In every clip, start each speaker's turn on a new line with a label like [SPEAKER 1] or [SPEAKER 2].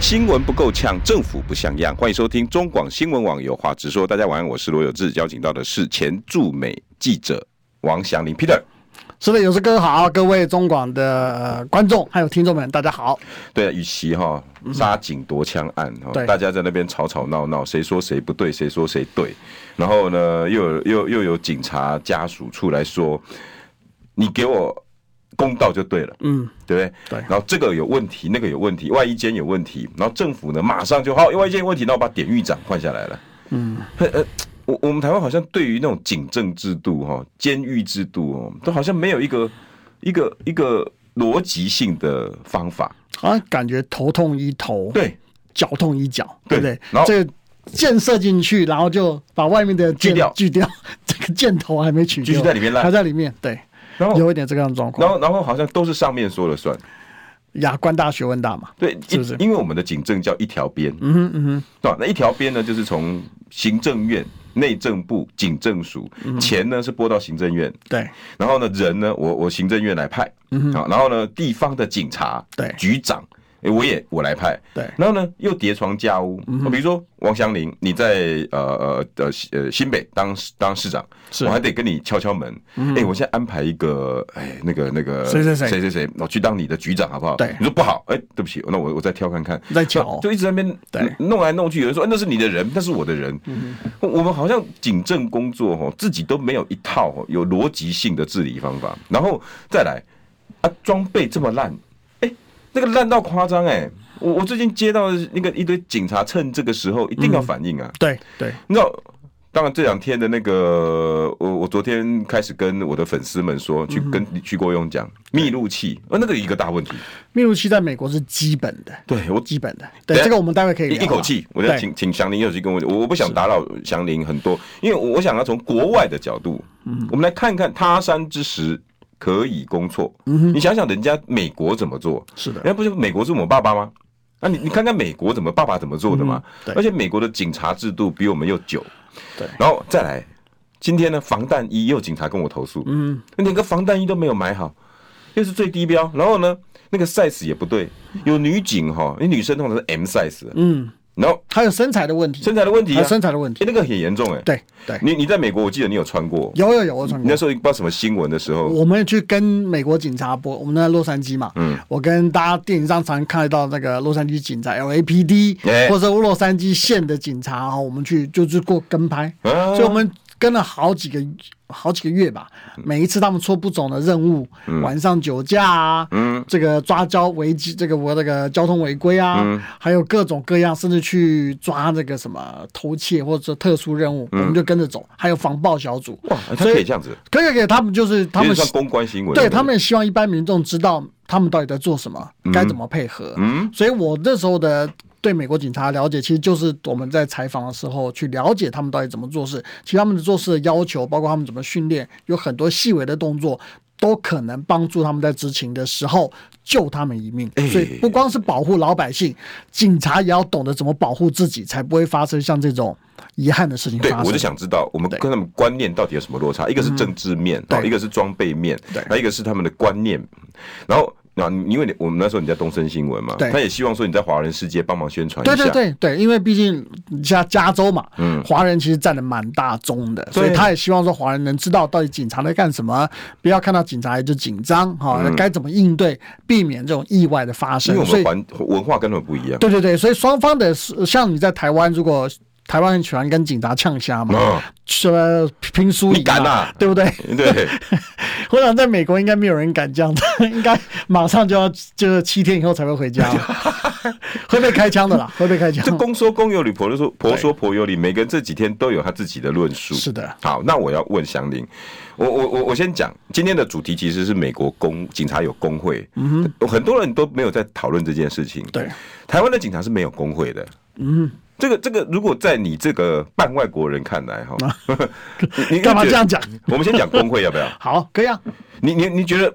[SPEAKER 1] 新闻不够呛，政府不像样。欢迎收听中广新闻网有话直说。大家晚安，我是罗有志，邀请到的是前驻美记者王祥林 Peter。
[SPEAKER 2] 是的，有志哥好，各位中广的、呃观众还有听众们，大家好。
[SPEAKER 1] 对，与其哈杀警夺枪案哈，
[SPEAKER 2] 嗯对
[SPEAKER 1] 大家在那边吵吵闹闹，谁说谁不对，谁说谁对，然后呢，又有又又有警察家属出来说，你给我公道就对了，
[SPEAKER 2] 嗯，
[SPEAKER 1] 对不对？
[SPEAKER 2] 对
[SPEAKER 1] 然后这个有问题，那个有问题，外衣间有问题，然后政府呢马上就好，外衣间有问题，那我把典狱长换下来了。嗯，呃，我我们台湾好像对于那种警政制度哈、监狱制度哦，都好像没有一个一个一个逻辑性的方法。
[SPEAKER 2] 好像感觉头痛医头，
[SPEAKER 1] 对，
[SPEAKER 2] 脚痛医脚，
[SPEAKER 1] 对
[SPEAKER 2] 对不对？
[SPEAKER 1] 然后
[SPEAKER 2] 这个箭射进去，然后就把外面的
[SPEAKER 1] 锯
[SPEAKER 2] 箭
[SPEAKER 1] 掉
[SPEAKER 2] 锯掉， 这个箭头还没取掉，
[SPEAKER 1] 继续在里面烂
[SPEAKER 2] 还在里面，对，
[SPEAKER 1] 然后
[SPEAKER 2] 有一点这个样的状
[SPEAKER 1] 然
[SPEAKER 2] 况。
[SPEAKER 1] 后然后好像都是上面说了算。
[SPEAKER 2] 呀，官大学问大嘛，
[SPEAKER 1] 对，
[SPEAKER 2] 是不是
[SPEAKER 1] 因因为我们的警政叫一条边，
[SPEAKER 2] 嗯哼嗯哼，
[SPEAKER 1] 对吧？那一条边呢，就是从行政院、内政部、警政署，
[SPEAKER 2] 嗯
[SPEAKER 1] 钱呢是拨到行政院，
[SPEAKER 2] 对
[SPEAKER 1] 然后呢，人呢，我我行政院来派，好，然后呢，地方的警察，
[SPEAKER 2] 嗯对
[SPEAKER 1] 局长，诶我也我来派，
[SPEAKER 2] 对嗯
[SPEAKER 1] 然后呢，又叠床架屋，哦比如说王祥林，你在呃呃呃西呃新北当当市长，
[SPEAKER 2] 是嗯
[SPEAKER 1] 我还得跟你敲敲门，哎，我现在安排一个，哎，那个那个
[SPEAKER 2] 谁谁谁
[SPEAKER 1] 谁谁谁，我去当你的局长好不好？
[SPEAKER 2] 对
[SPEAKER 1] 你说不好，哎，对不起，那我我再挑看看，
[SPEAKER 2] 再瞧
[SPEAKER 1] 就一直在那边
[SPEAKER 2] 对
[SPEAKER 1] 弄来弄去，有人说、哎那是你的人，那是我的人。我我们好像警政工作哦，自己都没有一套哦有逻辑性的治理方法，然后再来啊，装备这么烂，哎、那个烂到夸张哎！我我最近接到那个一堆警察趁这个时候一定要反应啊，
[SPEAKER 2] 对对，
[SPEAKER 1] 你知道。当然，这两天的那个，我我昨天开始跟我的粉丝们说，去跟徐国勇讲密录器，呃，那个一个大问题。
[SPEAKER 2] 密录器在美国是基本的，
[SPEAKER 1] 对我
[SPEAKER 2] 基本的，
[SPEAKER 1] 等
[SPEAKER 2] 对
[SPEAKER 1] 一下
[SPEAKER 2] 这个我们待会可以
[SPEAKER 1] 一
[SPEAKER 2] 聊
[SPEAKER 1] 一口
[SPEAKER 2] 啊
[SPEAKER 1] 气，我要
[SPEAKER 2] 对
[SPEAKER 1] 请请祥林有去跟我，我我不想打扰祥林很多，因为我我想要从国外的角度，
[SPEAKER 2] 嗯
[SPEAKER 1] 我们来看看他山之石可以攻错。
[SPEAKER 2] 嗯
[SPEAKER 1] 你想想人家美国怎么做？
[SPEAKER 2] 是的
[SPEAKER 1] 人，家不是美国是我爸爸吗？那、你你看看美国怎么爸爸怎么做的嘛？
[SPEAKER 2] 嗯对
[SPEAKER 1] 而且美国的警察制度比我们又久。
[SPEAKER 2] 对
[SPEAKER 1] 然后再来，今天呢，防弹衣又有警察跟我投诉，嗯，连个防弹衣都没有买好，又是最低标，然后呢，那个 size 也不对，有女警哈，你女生通常是 M size，
[SPEAKER 2] 嗯，
[SPEAKER 1] 然后
[SPEAKER 2] 还有身材的问题，
[SPEAKER 1] 身材的问题
[SPEAKER 2] 还
[SPEAKER 1] 啊，
[SPEAKER 2] 有身材的问
[SPEAKER 1] 诶
[SPEAKER 2] 题，
[SPEAKER 1] 那个很严重哎、
[SPEAKER 2] 对对，
[SPEAKER 1] 你你在美国，我记得你有穿过，
[SPEAKER 2] 有有有，我穿
[SPEAKER 1] 你
[SPEAKER 2] 过
[SPEAKER 1] 那。时候不知道什么新闻的时候，
[SPEAKER 2] 我们去跟美国警察搏，我们在洛杉矶嘛，
[SPEAKER 1] 嗯，
[SPEAKER 2] 我跟大家电影上常看得到那个洛杉矶警察 LAPD，、
[SPEAKER 1] 哎
[SPEAKER 2] 或者洛杉矶县的警察哦，我们去就是过跟拍，
[SPEAKER 1] 啊
[SPEAKER 2] 所以我们跟了好几个好几个月吧，
[SPEAKER 1] 嗯
[SPEAKER 2] 每一次他们出不总的任务，晚上酒驾啊，
[SPEAKER 1] 嗯，
[SPEAKER 2] 这个抓交违纪，这个我这个交通违规啊，
[SPEAKER 1] 嗯
[SPEAKER 2] 还有各种各样，甚至去抓这个什么偷窃或者特殊任务，我们就跟着走，还有防暴小组，
[SPEAKER 1] 嗯哇，他可以这样子，
[SPEAKER 2] 可以可以，他们就是他
[SPEAKER 1] 有
[SPEAKER 2] 们
[SPEAKER 1] 点算公关新闻，
[SPEAKER 2] 对
[SPEAKER 1] 不
[SPEAKER 2] 他们也希望一般民众知道他们到底在做什么，该怎么配合。
[SPEAKER 1] 嗯，
[SPEAKER 2] 所以我那时候的对美国警察了解，其实就是我们在采访的时候去了解他们到底怎么做事。其实他们的做事的要求，包括他们怎么训练，有很多细微的动作。都可能帮助他们在执勤的时候救他们一命，
[SPEAKER 1] 哎
[SPEAKER 2] 所以不光是保护老百姓，警察也要懂得怎么保护自己，才不会发生像这种遗憾的事情
[SPEAKER 1] 对，
[SPEAKER 2] 发
[SPEAKER 1] 我
[SPEAKER 2] 生
[SPEAKER 1] 就。想知道我们
[SPEAKER 2] 对嗯
[SPEAKER 1] 跟他们观念到底有什么落差？一个是政治面，
[SPEAKER 2] 对
[SPEAKER 1] 哦一个是装备面，
[SPEAKER 2] 对
[SPEAKER 1] 还有一个是他们的观念。然后啊，你因为你我们那时候你在东森新闻嘛，
[SPEAKER 2] 对
[SPEAKER 1] 他也希望说你在华人世界帮忙宣传一
[SPEAKER 2] 对
[SPEAKER 1] 下。
[SPEAKER 2] 对对对，因为毕竟像加州嘛，
[SPEAKER 1] 嗯
[SPEAKER 2] 华人其实占的蛮大宗的，所以他也希望说华人能知道到底警察在干什么，不要看到警察就紧张哈，该、怎么应对，避免这种意外的发
[SPEAKER 1] 嗯因为我
[SPEAKER 2] 生。所
[SPEAKER 1] 们
[SPEAKER 2] 以
[SPEAKER 1] 环文化跟他们不一样。
[SPEAKER 2] 对对对，所以双方的呃像你在台湾，如果台湾很喜欢跟警察呛虾嘛，
[SPEAKER 1] 嗯，
[SPEAKER 2] 什么拼输
[SPEAKER 1] 你
[SPEAKER 2] 赢
[SPEAKER 1] 敢
[SPEAKER 2] 嘛
[SPEAKER 1] 啊，
[SPEAKER 2] 对不对？
[SPEAKER 1] 对，
[SPEAKER 2] 我想在美国应该没有人敢这样子， 应该马上就要就是七天以后才会 回家了，会被开枪的啦，会被开枪
[SPEAKER 1] 这。公说公有理，婆说婆说婆有理，每个人这几天都有他自己的论述。
[SPEAKER 2] 是的，
[SPEAKER 1] 好，那我要问祥林，我我我我先讲今天的主题其实是美国公警察有工会，嗯，很多人都没有在讨论这件事情。
[SPEAKER 2] 对，
[SPEAKER 1] 台湾的警察是没有工会的，嗯，这个这个，如果在你这个半外国人看来哈， 你你
[SPEAKER 2] 啊干嘛这样？讲？
[SPEAKER 1] 你觉得我们先讲工会要不要？
[SPEAKER 2] 好，可以啊。
[SPEAKER 1] 你你你觉得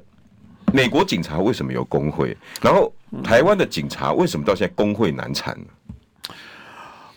[SPEAKER 1] 美国警察为什么有工会？然后台湾的警察为什么到现在工会难产呢？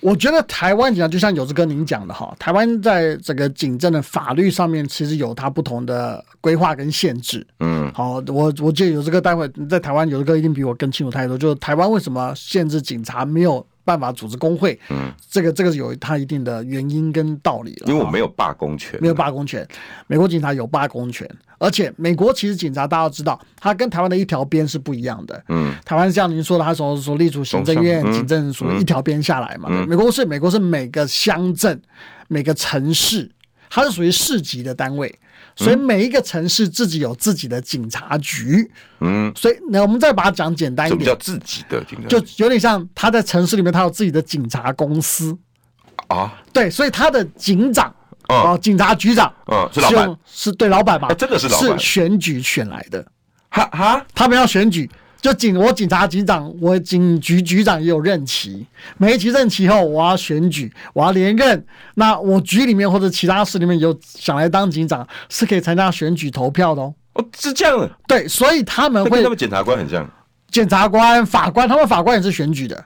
[SPEAKER 2] 我觉得台湾警察就像有志哥您讲的哈，台湾在这个警政的法律上面其实有它不同的规划跟限制。
[SPEAKER 1] 嗯，
[SPEAKER 2] 好，我我记得有志哥待会在台湾有志哥一定比我更清楚太多，就是台湾为什么限制警察没有办法组织工会，嗯，这个这个是有它一定的原因跟道理了。
[SPEAKER 1] 因为我没有罢工权，
[SPEAKER 2] 啊没有罢工权，美国警察有罢工权，而且美国其实警察大家都知道，它跟台湾的一条边是不一样的。
[SPEAKER 1] 嗯，
[SPEAKER 2] 台湾像您说的，它所所隶属行政院、
[SPEAKER 1] 总
[SPEAKER 2] 警政
[SPEAKER 1] 嗯
[SPEAKER 2] 署一条边下来嘛。美国是美国是每个乡镇、每个城市，它是属于市级的单位，所以每一个城市自己有自己的警察局。
[SPEAKER 1] 嗯，
[SPEAKER 2] 所以那我们再把它讲简单一
[SPEAKER 1] 什么叫
[SPEAKER 2] 点，
[SPEAKER 1] 自己的警察？
[SPEAKER 2] 就有点像他在城市里面，他有自己的警察公司。
[SPEAKER 1] 啊
[SPEAKER 2] 对，所以他的警长
[SPEAKER 1] 嗯
[SPEAKER 2] 哦、警察局长
[SPEAKER 1] 嗯是
[SPEAKER 2] 是
[SPEAKER 1] 老板
[SPEAKER 2] 用是对老板嘛、
[SPEAKER 1] 哎真的是老板
[SPEAKER 2] 是选举选来的，
[SPEAKER 1] 哈哈，
[SPEAKER 2] 他们要选举。就警，我警察局长，我警局局长也有任期，每一期任期后，我要选举，我要连任。那我局里面或者其他市里面有想来当警长，是可以参加选举投票的哦。
[SPEAKER 1] 哦是这样的，
[SPEAKER 2] 对，所以他们
[SPEAKER 1] 那
[SPEAKER 2] 会
[SPEAKER 1] 跟他们检察官很像。
[SPEAKER 2] 检察官、法官，他们法官也是选举的。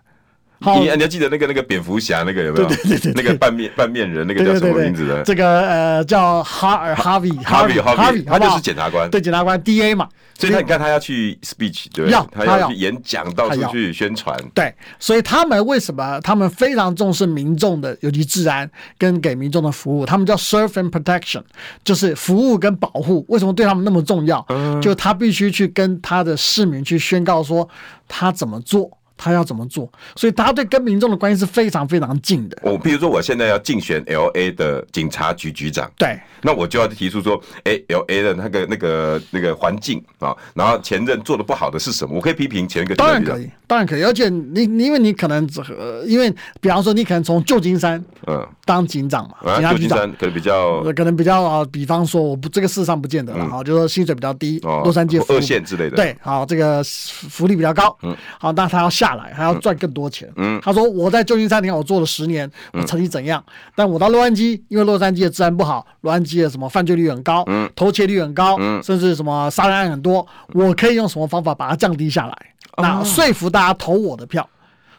[SPEAKER 2] 好，
[SPEAKER 1] 你你还记得那个那个蝙蝠侠那个有没有？
[SPEAKER 2] 对对对对
[SPEAKER 1] 那个半面半面人那个
[SPEAKER 2] 对
[SPEAKER 1] 叫什
[SPEAKER 2] 对对
[SPEAKER 1] 么
[SPEAKER 2] 对，
[SPEAKER 1] 名字的？
[SPEAKER 2] 这个呃叫哈尔哈维
[SPEAKER 1] 哈维
[SPEAKER 2] 哈
[SPEAKER 1] 哈维
[SPEAKER 2] 维，
[SPEAKER 1] 他就是
[SPEAKER 2] 好不好
[SPEAKER 1] 检察官
[SPEAKER 2] 对检察官 D A 嘛，
[SPEAKER 1] 所以他你看他要去 speech 对不
[SPEAKER 2] 要
[SPEAKER 1] 对？他
[SPEAKER 2] 他
[SPEAKER 1] 要
[SPEAKER 2] 要
[SPEAKER 1] 去演讲，到
[SPEAKER 2] 他
[SPEAKER 1] 处
[SPEAKER 2] 要
[SPEAKER 1] 去宣传。
[SPEAKER 2] 对，所以他们为什么他们非常重视民众的，尤其治安跟给民众的服务，他们叫 serve and protection，就是服务跟保护。为什么对他们那么重要？
[SPEAKER 1] 嗯
[SPEAKER 2] 就他必须去跟他的市民去宣告说他怎么做，他要怎么做，所以他对跟民众的关系是非常非常近的。
[SPEAKER 1] 我比如说我现在要竞选 L A 的警察局局长，
[SPEAKER 2] 对，
[SPEAKER 1] 那我就要提出说，哎、l A 的那个那个那个环境啊，然后前任做的不好的是什么？我可以批评前一个
[SPEAKER 2] 当然
[SPEAKER 1] 前任
[SPEAKER 2] 可
[SPEAKER 1] 局
[SPEAKER 2] 以，当然可以，而且你你因为你可能只呃，因为比方说你可能从旧金山
[SPEAKER 1] 长，嗯。
[SPEAKER 2] 当警长嘛，警
[SPEAKER 1] 啊，
[SPEAKER 2] 察
[SPEAKER 1] 旧
[SPEAKER 2] 局
[SPEAKER 1] 金
[SPEAKER 2] 长。
[SPEAKER 1] 山可能比较
[SPEAKER 2] 呃可能比较啊，比方说，我不这个事上不见得了哈、就说薪水比较低，
[SPEAKER 1] 嗯哦
[SPEAKER 2] 洛杉矶
[SPEAKER 1] 二
[SPEAKER 2] 福利
[SPEAKER 1] 线之类的
[SPEAKER 2] 对，好，这个福利比较高，嗯，好，那他要下
[SPEAKER 1] 嗯
[SPEAKER 2] 来，他要赚更多钱，嗯，他说我在旧金山，你看我做了十年，
[SPEAKER 1] 嗯
[SPEAKER 2] 我成绩怎样？但我到洛杉矶，因为洛杉矶的治安不好，洛杉矶的什么犯罪率很高，嗯，偷窃率很高，嗯，甚至什么杀人案很多，我可以用什么方法把它降低下来？
[SPEAKER 1] 哦
[SPEAKER 2] 那说服大家投我的票，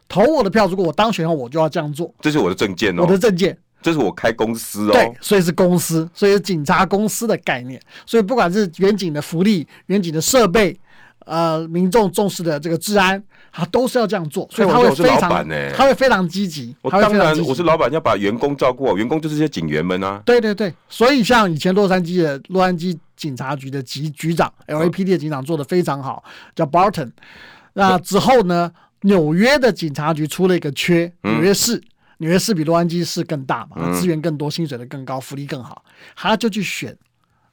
[SPEAKER 2] 投我的票，如果我当选后，我就要这样做，
[SPEAKER 1] 这是我的证件哦
[SPEAKER 2] 我，的证件。
[SPEAKER 1] 这是我开公司
[SPEAKER 2] 对
[SPEAKER 1] 哦，，
[SPEAKER 2] 所以是公司，所以是警察公司的概念。所以不管是远景的福利、远景的设备，呃，民众重视的这个治安，它都是要这样做。所以他
[SPEAKER 1] 我觉得
[SPEAKER 2] 会
[SPEAKER 1] 我是
[SPEAKER 2] 非
[SPEAKER 1] 老
[SPEAKER 2] 常
[SPEAKER 1] 板欸，
[SPEAKER 2] 他会非常积极，
[SPEAKER 1] 我
[SPEAKER 2] 他会
[SPEAKER 1] 当
[SPEAKER 2] 非常
[SPEAKER 1] 然
[SPEAKER 2] 积
[SPEAKER 1] 我是
[SPEAKER 2] 极。哦
[SPEAKER 1] 老板，要把员工照顾好，员工就是这些警员们啊。
[SPEAKER 2] 对对对，所以像以前洛杉矶的洛杉矶警察局的局局长，LAPD 的警长做的非常好，叫 Barton。那之后呢，纽约的警察局出了一个缺，纽约市。纽约市比洛杉矶市更大嘛，资源更多，薪水的更高，福利更好，他就去选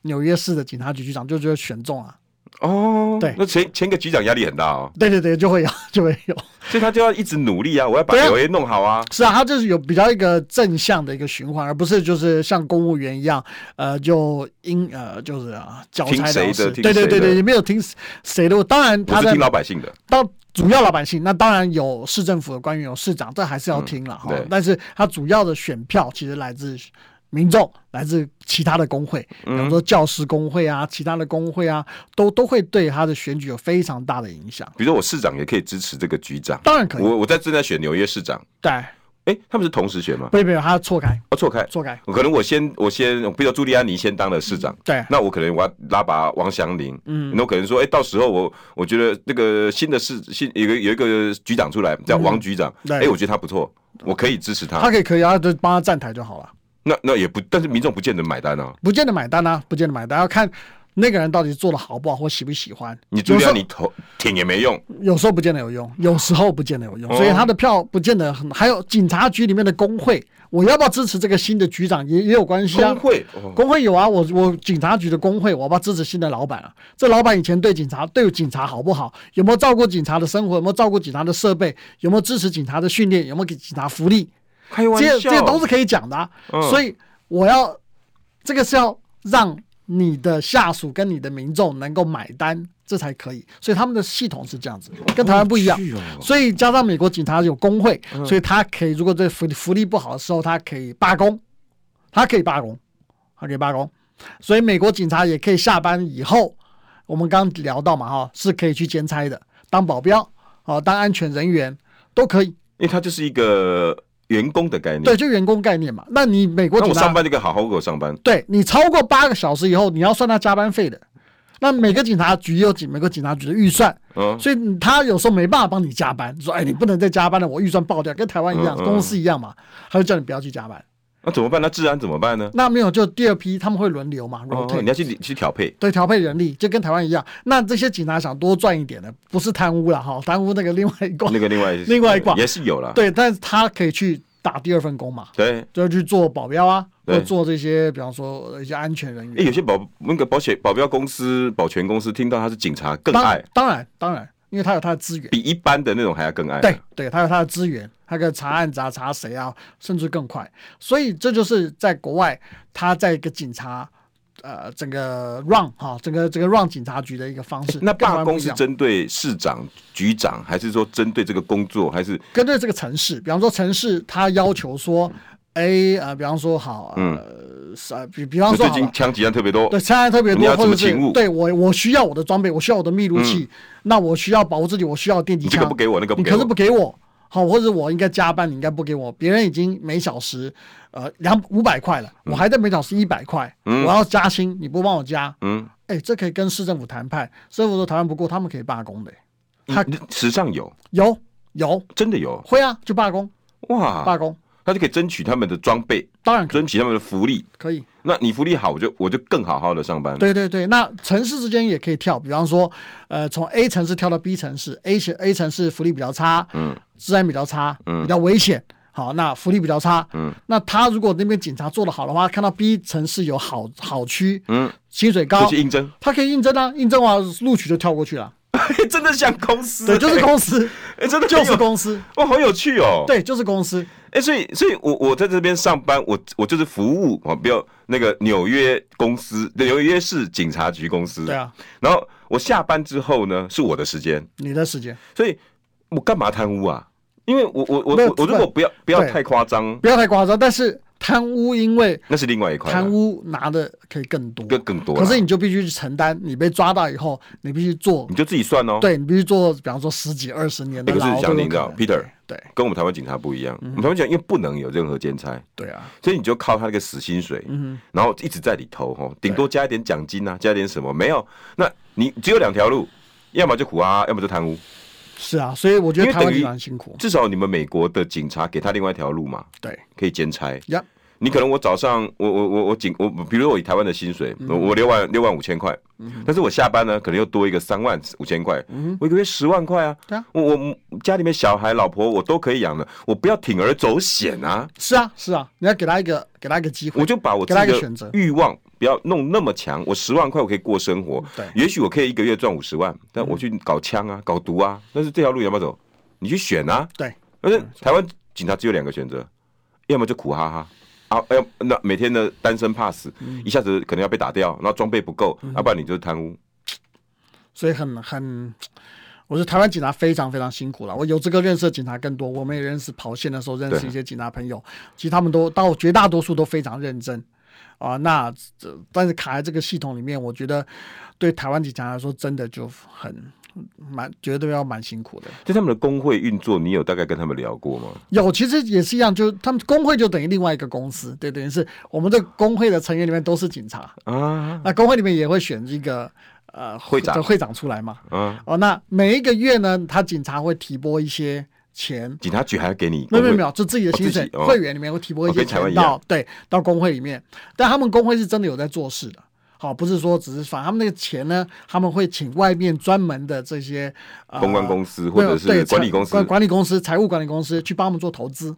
[SPEAKER 2] 纽约市的警察局局长，就就选中啊，
[SPEAKER 1] 哦，
[SPEAKER 2] 对
[SPEAKER 1] 那前前一个局长压力很大哦，
[SPEAKER 2] 对对对，就会有就会有，
[SPEAKER 1] 所以他就要一直努力啊，我要把
[SPEAKER 2] 对啊
[SPEAKER 1] L A 弄好啊。
[SPEAKER 2] 是啊，他就是有比较一个正向的一个循环，而不是就是像公务员一样，呃，就因呃就是啊，脚
[SPEAKER 1] 听
[SPEAKER 2] 踩
[SPEAKER 1] 谁
[SPEAKER 2] 了
[SPEAKER 1] 的
[SPEAKER 2] 事，
[SPEAKER 1] 听
[SPEAKER 2] 对对
[SPEAKER 1] 谁
[SPEAKER 2] 对
[SPEAKER 1] 的
[SPEAKER 2] 对，也没有听谁的，当然
[SPEAKER 1] 我
[SPEAKER 2] 他
[SPEAKER 1] 是
[SPEAKER 2] 在
[SPEAKER 1] 听老百姓的，
[SPEAKER 2] 当主要老百姓，那当然有市政府的官员，有市长，这还是要听了哈、
[SPEAKER 1] 嗯对
[SPEAKER 2] 但是他主要的选票其实来自民众，来自其他的工会，比如
[SPEAKER 1] 嗯
[SPEAKER 2] 说教师工会啊，其他的工会啊，都都会对他的选举有非常大的影响。
[SPEAKER 1] 比如说我市长也可以支持这个局长，
[SPEAKER 2] 当然可以，
[SPEAKER 1] 我我在正在选纽约市长，
[SPEAKER 2] 对，
[SPEAKER 1] 哎、他们是同时选吗？
[SPEAKER 2] 不不，他要错开
[SPEAKER 1] 哦，错开，
[SPEAKER 2] 错开，
[SPEAKER 1] 可能我先我先，比如说朱利安尼先当了市长，
[SPEAKER 2] 嗯对
[SPEAKER 1] 那我可能我要拉拔王祥林，嗯，那我可能说，哎、到时候我我觉得那个新的市新有一个有一个局长出来叫王局长，
[SPEAKER 2] 嗯对
[SPEAKER 1] 哎、我觉得他不错，我可以支持他，
[SPEAKER 2] 他可以可以啊，就帮他站台就好了，
[SPEAKER 1] 那那也不，但是民众不见得买单啊。
[SPEAKER 2] 不见得买单啊，不见得买单，要看那个人到底做的好不好或喜不喜欢。
[SPEAKER 1] 你朱利
[SPEAKER 2] 有时
[SPEAKER 1] 安
[SPEAKER 2] 候
[SPEAKER 1] 尼投挺也没用，
[SPEAKER 2] 有时候不见得有用，有时候不见得有用，
[SPEAKER 1] 哦
[SPEAKER 2] 所以他的票不见得很。还有警察局里面的工会，我要不要支持这个新的局长也也有关系啊
[SPEAKER 1] 工。会、哦、
[SPEAKER 2] 工会有啊，我我警察局的工会，我要不要支持新的老板啊？这老板以前对警察对警察好不好？有没有照顾警察的生活？有没有照顾警察的设备？有没有支持警察的训练？有没有给警察福利？
[SPEAKER 1] 哦开玩
[SPEAKER 2] 这
[SPEAKER 1] 笑，
[SPEAKER 2] 些这些都是可以讲的、啊。所以我要这个是要让你的下属跟你的民众能够买单，这才可以。所以他们的系统是这样子，跟台湾不一样。
[SPEAKER 1] 有趣哦
[SPEAKER 2] 所以加上美国警察有工会，所以他可以如果这福利福利不好的时候，他可以罢工，他可以罢工，他可以罢工。所以美国警察也可以下班以后，我们刚聊到嘛哈，是可以去兼差的，当保镖哦，当安全人员都可以。
[SPEAKER 1] 因为它就是一个员工的概念。
[SPEAKER 2] 对，，就员工概念嘛。那你美国
[SPEAKER 1] 那我
[SPEAKER 2] 警察
[SPEAKER 1] 上班就该好好给我上班。
[SPEAKER 2] 对你超过八个小时以后，你要算他加班费的。那每个警察局有警，每个警察局的预算，
[SPEAKER 1] 嗯，
[SPEAKER 2] 所以他有时候没办法帮你加班，说哎你不能再加班了，我预算爆掉，跟台湾一样，
[SPEAKER 1] 嗯嗯
[SPEAKER 2] 公司一样嘛，他就叫你不要去加班。
[SPEAKER 1] 那怎么办？那治安怎么办呢？
[SPEAKER 2] 那没有，就第二批他们会轮流嘛
[SPEAKER 1] 哦，
[SPEAKER 2] ，rotate，、
[SPEAKER 1] 你要去去调配。
[SPEAKER 2] 对，调配人力就跟台湾一样。那这些警察想多赚一点的，不是贪污了哈，贪污那个另外一挂，
[SPEAKER 1] 那个另外
[SPEAKER 2] 另外一挂
[SPEAKER 1] 也是有了。
[SPEAKER 2] 对，但是他可以去打第二份工嘛，
[SPEAKER 1] 对，
[SPEAKER 2] 就去做保镖啊，或
[SPEAKER 1] 对
[SPEAKER 2] 者做这些，比方说呃一些安全人
[SPEAKER 1] 哎，
[SPEAKER 2] 员。
[SPEAKER 1] 有些保那个保险保镖公司、保全公司听到他是警察更
[SPEAKER 2] 当
[SPEAKER 1] 爱，
[SPEAKER 2] 当然当然，因为他有他的资源，
[SPEAKER 1] 比一般的那种还要更爱。啊
[SPEAKER 2] 对对，他有他的资源，他可以查案子啊，查谁啊，甚至更快。所以这就是在国外，他在一个警察。呃，整个 run 哈，整个整个 run 警察局的一个方式。
[SPEAKER 1] 哎那
[SPEAKER 2] 跟台
[SPEAKER 1] 罢
[SPEAKER 2] 湾不
[SPEAKER 1] 工
[SPEAKER 2] 一
[SPEAKER 1] 是
[SPEAKER 2] 样
[SPEAKER 1] 针对市长、局长，还是说针对这个工作，还是
[SPEAKER 2] 跟对这个城市，比方说城市，它要求说，哎，呃，比方说好，呃，是啊比比方
[SPEAKER 1] 我
[SPEAKER 2] 说
[SPEAKER 1] 嗯最
[SPEAKER 2] 好
[SPEAKER 1] 近
[SPEAKER 2] 了，
[SPEAKER 1] 枪击案特别多
[SPEAKER 2] 对，，现在特别
[SPEAKER 1] 你
[SPEAKER 2] 多，
[SPEAKER 1] 要
[SPEAKER 2] 或
[SPEAKER 1] 怎么
[SPEAKER 2] 者是
[SPEAKER 1] 勤务
[SPEAKER 2] 对我，我需要我的装备，我需要我的密录器，那我需要保护自己，我需要电击
[SPEAKER 1] 你这个
[SPEAKER 2] 枪
[SPEAKER 1] 不，给我，那个不
[SPEAKER 2] 你
[SPEAKER 1] 给
[SPEAKER 2] 可是
[SPEAKER 1] 我，
[SPEAKER 2] 不给我，好，或者我应该加班，你应该不给我，别人已经每小时呃两五百块了，
[SPEAKER 1] 嗯
[SPEAKER 2] 我还在每小时一百块，我要加薪，你不帮我加，
[SPEAKER 1] 嗯，
[SPEAKER 2] 哎，这可以跟市政府谈判，市政府说谈判不过，他们可以罢工的，他
[SPEAKER 1] 嗯时尚有，
[SPEAKER 2] 有有
[SPEAKER 1] 真的有
[SPEAKER 2] 会啊，就罢工罢
[SPEAKER 1] 哇，
[SPEAKER 2] 工，
[SPEAKER 1] 他就可以争取他们的装备，
[SPEAKER 2] 当然可以。
[SPEAKER 1] 争取他们的福利。
[SPEAKER 2] 可以，
[SPEAKER 1] 那你福利好，我就我就更好好的上班。
[SPEAKER 2] 对对对，那城市之间也可以跳，比方说，呃，从 A 城市跳到 B 城市，A 城 A 城市福利比较差，嗯，治安比较差，嗯，比较危险。好，那福利比较差，嗯，那他如果那边警察做得好的话，看到 B 城市有好好区，嗯，薪水
[SPEAKER 1] 就
[SPEAKER 2] 高，
[SPEAKER 1] 去应 征，
[SPEAKER 2] 他可以应征啊，应征完录取就跳过去了，
[SPEAKER 1] 真的像公司，
[SPEAKER 2] 对，就是公 司，
[SPEAKER 1] 哎，真的很
[SPEAKER 2] 就
[SPEAKER 1] 有
[SPEAKER 2] 是公司，
[SPEAKER 1] 哇，好有趣哦。
[SPEAKER 2] 对，就是公司，
[SPEAKER 1] 哎、所以，所以我我在这边上班，我我就是服务哦，不要那个纽约公司，纽约市警察局公司。
[SPEAKER 2] 对。啊，
[SPEAKER 1] 然后我下班之后呢，是我的时间，
[SPEAKER 2] 你的时间
[SPEAKER 1] 所以我干嘛贪污啊？因为我我我
[SPEAKER 2] 没有
[SPEAKER 1] 我我如果不要不要
[SPEAKER 2] 对
[SPEAKER 1] 太夸张，
[SPEAKER 2] 不要太夸张，但是贪污因为
[SPEAKER 1] 那是另外一块了。
[SPEAKER 2] 贪污拿的可以更多，
[SPEAKER 1] 更更多
[SPEAKER 2] 可
[SPEAKER 1] 了，
[SPEAKER 2] 是你就必须去承担，你被抓到以后，你必须做
[SPEAKER 1] 你，就自己算哦。，
[SPEAKER 2] 对你必须做，比方说十几二十年的
[SPEAKER 1] 哎可是
[SPEAKER 2] 牢
[SPEAKER 1] 小
[SPEAKER 2] 都
[SPEAKER 1] 林
[SPEAKER 2] 有
[SPEAKER 1] 你知道
[SPEAKER 2] 可能。
[SPEAKER 1] ，Peter
[SPEAKER 2] 对
[SPEAKER 1] 跟我们台湾警察不一样，
[SPEAKER 2] 嗯
[SPEAKER 1] 我们台湾警察因为不能有任何兼差，
[SPEAKER 2] 对啊，
[SPEAKER 1] 所以你就靠他那个死薪水，
[SPEAKER 2] 嗯
[SPEAKER 1] 然后一直在里头哦，顶多加一点奖金啊，加点什么没有？那你只有两条路，要么就苦啊，要么就贪污。
[SPEAKER 2] 是啊，所以我觉
[SPEAKER 1] 因为
[SPEAKER 2] 得台湾
[SPEAKER 1] 等于
[SPEAKER 2] 警察很辛苦。
[SPEAKER 1] 至少你们美国的警察给他另外一条路嘛，
[SPEAKER 2] 对
[SPEAKER 1] 可以兼差。
[SPEAKER 2] 呀，
[SPEAKER 1] 你可能我早上我我我我警我，比如说我以台湾的薪水，
[SPEAKER 2] 嗯
[SPEAKER 1] 我我六万六万五千块，但是我下班呢，可能又多一个三万五千块，我一个月十万块啊
[SPEAKER 2] 嗯对啊，
[SPEAKER 1] 我我我家里面小孩老婆我都可以养的，我不要铤而走险啊，
[SPEAKER 2] 是啊是啊，你要给他一个给他一个机会。
[SPEAKER 1] 我就把我自
[SPEAKER 2] 给他一个
[SPEAKER 1] 己
[SPEAKER 2] 选
[SPEAKER 1] 的
[SPEAKER 2] 择。
[SPEAKER 1] 欲望不要弄那么强，我十万块我可以过生活，
[SPEAKER 2] 嗯对嗯
[SPEAKER 1] 也许我可以一个月赚五十万，但我去搞枪啊，搞毒啊，但是这条路有没有走？你去选啊，
[SPEAKER 2] 对
[SPEAKER 1] 但
[SPEAKER 2] 嗯
[SPEAKER 1] 是台湾警察只有两个选择，要么就苦哈哈。啊，要那每天的单身怕死，
[SPEAKER 2] 嗯
[SPEAKER 1] 一下子可能要被打掉，然后装备不够，要、不然你就是贪污。
[SPEAKER 2] 所以很很，我觉得台湾警察非常非常辛苦了。我有这个认识的警察更多，我们也认识跑线的时候认识
[SPEAKER 1] 对
[SPEAKER 2] 一些警察朋友，其实他们都到绝大多数都非常认真啊、那这但是卡在这个系统里面，我觉得对台湾警察来说真的就很蛮绝对要蛮辛苦的。
[SPEAKER 1] 就他们的工会运作，你有大概跟他们聊过吗？
[SPEAKER 2] 有，其实也是一样，就他们工会就等于另外一个公司，对，等于是我们的工会的成员里面都是警察，
[SPEAKER 1] 啊
[SPEAKER 2] 那工会里面也会选一个呃
[SPEAKER 1] 会长
[SPEAKER 2] 的会长出来嘛。
[SPEAKER 1] 啊，
[SPEAKER 2] 哦，那每一个月呢，他警察会提拨一些钱，
[SPEAKER 1] 警察局还给你工
[SPEAKER 2] 没有没
[SPEAKER 1] 会
[SPEAKER 2] 有没有，就自己的薪
[SPEAKER 1] 哦
[SPEAKER 2] 水
[SPEAKER 1] 自己，哦
[SPEAKER 2] 会员里面会提拨一
[SPEAKER 1] 哦
[SPEAKER 2] 些
[SPEAKER 1] 跟台湾
[SPEAKER 2] 钱
[SPEAKER 1] 一样
[SPEAKER 2] 到对到工会里面，但他们工会是真的有在做事的。好，不是说只是反，他们那个钱呢，他们会请外面专门的这些、呃、
[SPEAKER 1] 公关公司或者是
[SPEAKER 2] 没有对
[SPEAKER 1] 管理公司
[SPEAKER 2] 管管理公司、财务管理公司去帮他们做投资，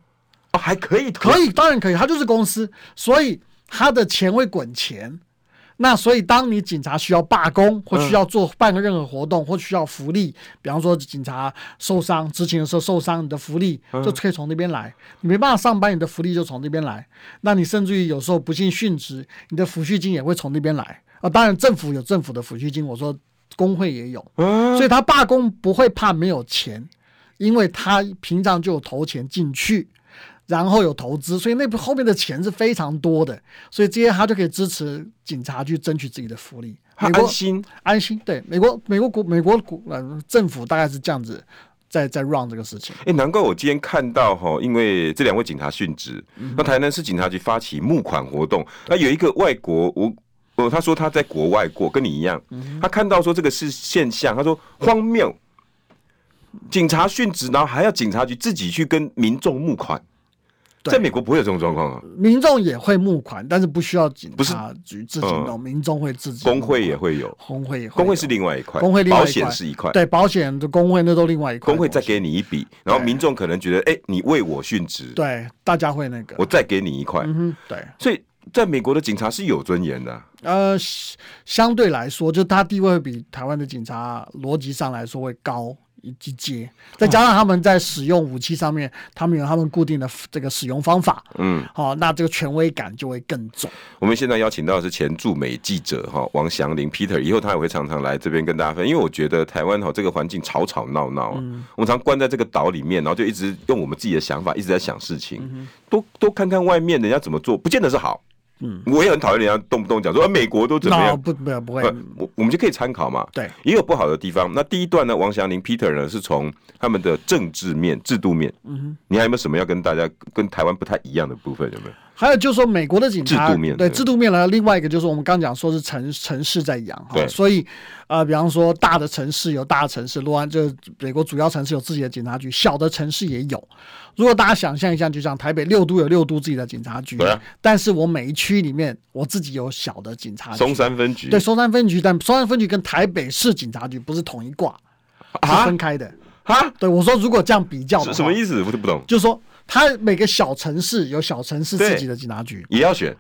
[SPEAKER 1] 哦，还可以
[SPEAKER 2] 可以，当然可以，他就是公司，所以他的钱会滚钱。那所以，当你警察需要罢工，或需要做办个任何活动，或需要福利，比方说警察受伤执勤的时候受伤，你的福利就可以从那边来。你没办法上班，你的福利就从那边来。那你甚至于有时候不幸殉职，你的抚恤金也会从那边来啊。当然，政府有政府的抚恤金，我说工会也有，
[SPEAKER 1] 啊
[SPEAKER 2] 所以他罢工不会怕没有钱，因为他平常就有投钱进去，然后有投资，所以那部后面的钱是非常多的，所以这些他就可以支持警察去争取自己的福利。
[SPEAKER 1] 他
[SPEAKER 2] 美
[SPEAKER 1] 安
[SPEAKER 2] 国
[SPEAKER 1] 心，
[SPEAKER 2] 安心，对美国美国国美国国、呃、政府大概是这样子在在 run 这个事情。
[SPEAKER 1] 哎、难怪我今天看到哈，因为这两位警察殉职，
[SPEAKER 2] 嗯
[SPEAKER 1] 那台南市警察局发起募款活动，那有一个外国我。哦，他说他在国外过，跟你一样。
[SPEAKER 2] 嗯
[SPEAKER 1] 他看到说这个是现象，他说荒谬，警察殉职，然后还要警察局自己去跟民众募款，
[SPEAKER 2] 对
[SPEAKER 1] 在美国不会有这种状况啊，
[SPEAKER 2] 民众也会募款，但是不需要警
[SPEAKER 1] 不是呃
[SPEAKER 2] 察局自己弄，民众会自己
[SPEAKER 1] 工
[SPEAKER 2] 弄。
[SPEAKER 1] 会也会有，
[SPEAKER 2] 工会也会有
[SPEAKER 1] 工会是另外一块，
[SPEAKER 2] 工会另外一
[SPEAKER 1] 保
[SPEAKER 2] 块
[SPEAKER 1] 险是一块，
[SPEAKER 2] 对保险的工会那都另外一块
[SPEAKER 1] 工会再
[SPEAKER 2] 东西
[SPEAKER 1] 给你一笔，然后民众可能觉得，哎、你为我殉职，
[SPEAKER 2] 对大家会那个
[SPEAKER 1] 我再给你一块，
[SPEAKER 2] 嗯哼对
[SPEAKER 1] 所以在美国的警察是有尊严的啊、
[SPEAKER 2] 呃相相对来说，就他地位会比台湾的警察逻辑上来说会高。一一阶，再加上他们在使用武器上面，他们有他们固定的这个使用方法，
[SPEAKER 1] 嗯，
[SPEAKER 2] 好、那这个权威感就会更重。
[SPEAKER 1] 我们现在邀请到的是前驻美记者哈王祥林 Peter，以后他也会常常来这边跟大家分享，因为我觉得台湾哈这个环境吵吵闹闹啊，
[SPEAKER 2] 嗯
[SPEAKER 1] 我们常关在这个岛里面，然后就一直用我们自己的想法一直在想事情，
[SPEAKER 2] 嗯
[SPEAKER 1] 多多看看外面人家怎么做，不见得是好。嗯，我也很讨厌人家动不动讲说、啊、美国都怎么
[SPEAKER 2] 那
[SPEAKER 1] 样，
[SPEAKER 2] 不不不会，
[SPEAKER 1] 呃我我们就可以参考嘛。
[SPEAKER 2] 对，
[SPEAKER 1] 也有不好的地方。那第一段呢，王祥林 Peter 呢是从他们的政治面、制度面，嗯，你还有没有什么要跟大家跟台湾不太一样的部分？有没有？
[SPEAKER 2] 还有就是说，美国的警察
[SPEAKER 1] 制度面
[SPEAKER 2] 对
[SPEAKER 1] 对
[SPEAKER 2] 制度面呢，另外一个就是我们刚讲说是城城市在养哈
[SPEAKER 1] 对，
[SPEAKER 2] 所以呃，比方说大的城市有大的城市，洛杉就是美国主要城市有自己的警察局，小的城市也有。如果大家想象一下，就像台北六都有六都自己的警察局，
[SPEAKER 1] 对啊
[SPEAKER 2] 但是我每一区里面我自己有小的警察局，
[SPEAKER 1] 松山分局
[SPEAKER 2] 啊对松山分局，但松山分局跟台北市警察局不是同一挂，是分开的。
[SPEAKER 1] 啊，
[SPEAKER 2] 对我说，如果这样比较的
[SPEAKER 1] 什
[SPEAKER 2] 话，
[SPEAKER 1] 什么意思？我都不懂。
[SPEAKER 2] 就是说，它每个小城市有小城市
[SPEAKER 1] 对
[SPEAKER 2] 自己的警察局。
[SPEAKER 1] 也要选，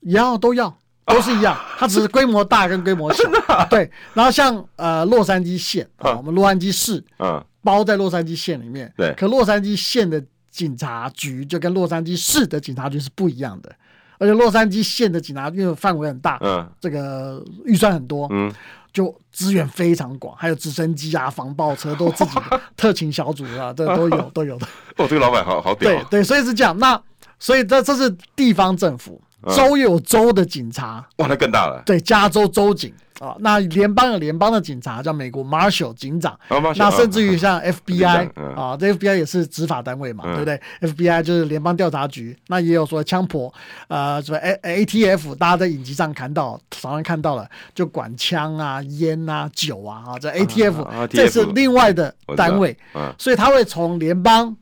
[SPEAKER 2] 也要都要，
[SPEAKER 1] 啊
[SPEAKER 2] 都是一样，它只是规模大跟规模 小。对，然后像呃洛杉矶县啊，我们洛杉矶市
[SPEAKER 1] 嗯，
[SPEAKER 2] 包在洛杉矶县里面，
[SPEAKER 1] 对
[SPEAKER 2] 可洛杉矶县的警察局就跟洛杉矶市的警察局是不一样的，而且洛杉矶县的警察局的范围很大，
[SPEAKER 1] 嗯，
[SPEAKER 2] 这个预算很多，
[SPEAKER 1] 嗯，
[SPEAKER 2] 就资源非常广，还有直升机啊、防爆车都自己 的特勤小组啊，这都有都有的。
[SPEAKER 1] 哦，这个老板好好屌
[SPEAKER 2] 对
[SPEAKER 1] 啊，
[SPEAKER 2] 对，所以是这样。那所以这这是地方政府，
[SPEAKER 1] 嗯
[SPEAKER 2] 州有州的警察。
[SPEAKER 1] 哇，那更大了。
[SPEAKER 2] 对，加州州警啊，那联邦有联邦的警察，叫美国 Marshal 警长，
[SPEAKER 1] 啊，Marshal，
[SPEAKER 2] 那甚至于像
[SPEAKER 1] 长
[SPEAKER 2] FBI
[SPEAKER 1] 嗯
[SPEAKER 2] 啊，这 FBI 也是执法单位嘛，对不对？FBI 就是联邦调查局，那也有说枪婆，呃，什么 A ATF，大家在影集上看到，常常看到了，就管枪啊、烟啊、酒啊，啊，这 ATF，、
[SPEAKER 1] 啊
[SPEAKER 2] 这是
[SPEAKER 1] ATF
[SPEAKER 2] 另外的
[SPEAKER 1] 我知道
[SPEAKER 2] 单位，
[SPEAKER 1] 嗯，
[SPEAKER 2] 所以他会从联邦、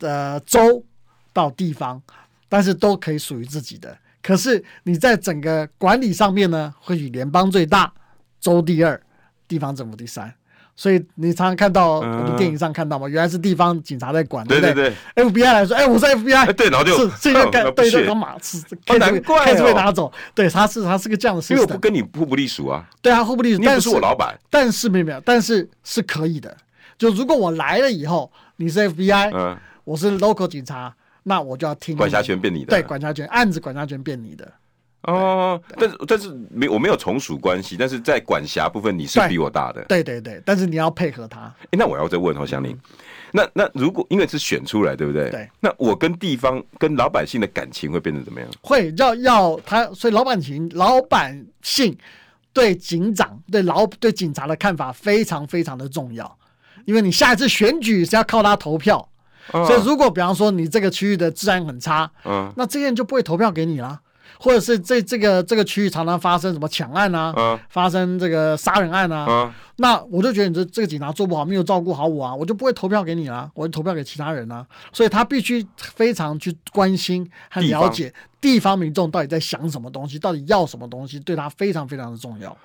[SPEAKER 2] 呃州到地方，但是都可以属于自己的。可是你在整个管理上面呢，会以联邦最大，州第二，地方政府第三。所以你常常看到我们电影上看到嘛，原来是地方警察在管，
[SPEAKER 1] 对
[SPEAKER 2] 不
[SPEAKER 1] 对
[SPEAKER 2] FBI 来说，哎，我是 FBI，、
[SPEAKER 1] 哎对然后就是
[SPEAKER 2] 是一个
[SPEAKER 1] 哦那
[SPEAKER 2] 干
[SPEAKER 1] 不
[SPEAKER 2] 对
[SPEAKER 1] 屑
[SPEAKER 2] 这个马是
[SPEAKER 1] 哦
[SPEAKER 2] case
[SPEAKER 1] 难
[SPEAKER 2] 被
[SPEAKER 1] 怪
[SPEAKER 2] case
[SPEAKER 1] 哦
[SPEAKER 2] 被拿走，对，他是他是个这样的
[SPEAKER 1] 因为我不
[SPEAKER 2] system，
[SPEAKER 1] 跟你互不隶属啊，
[SPEAKER 2] 对他互不隶属，
[SPEAKER 1] 你又
[SPEAKER 2] 但
[SPEAKER 1] 不
[SPEAKER 2] 是
[SPEAKER 1] 是我老板，
[SPEAKER 2] 但是没有没有，但是是可以的。就如果我来了以后，你是 FBI，、
[SPEAKER 1] 嗯，
[SPEAKER 2] 我是 local 警察，那我就要听你
[SPEAKER 1] 管辖权变你的，
[SPEAKER 2] 对管辖权案子管辖权变你的，
[SPEAKER 1] 哦，但是但是没我没有从属关系，但是在管辖部分你是
[SPEAKER 2] 对
[SPEAKER 1] 比我大的。
[SPEAKER 2] 对对对，但是你要配合他，
[SPEAKER 1] 诶那我要再问侯祥林，那那如果因为是选出来，对不对？
[SPEAKER 2] 对。
[SPEAKER 1] 那我跟地方跟老百姓的感情会变成怎么样？
[SPEAKER 2] 会要要他，所以老板情老板性对警长对老对警察的看法非常非常的重要，因为你下一次选举是要靠他投票，
[SPEAKER 1] 啊
[SPEAKER 2] 所以如果比方说你这个区域的治安很差，
[SPEAKER 1] 嗯
[SPEAKER 2] 那这些人就不会投票给你啦。或者是这这个这个区域常常发生什么抢案啊，
[SPEAKER 1] 嗯
[SPEAKER 2] 发生这个杀人案啊，
[SPEAKER 1] 啊，
[SPEAKER 2] 那我就觉得你这这个警察做不好，没有照顾好我啊，我就不会投票给你啦、我就投票给其他人啦、所以他必须非常去关心和了解地方民众到底在想什么东西，到底要什么东西，对他非常非常的重要。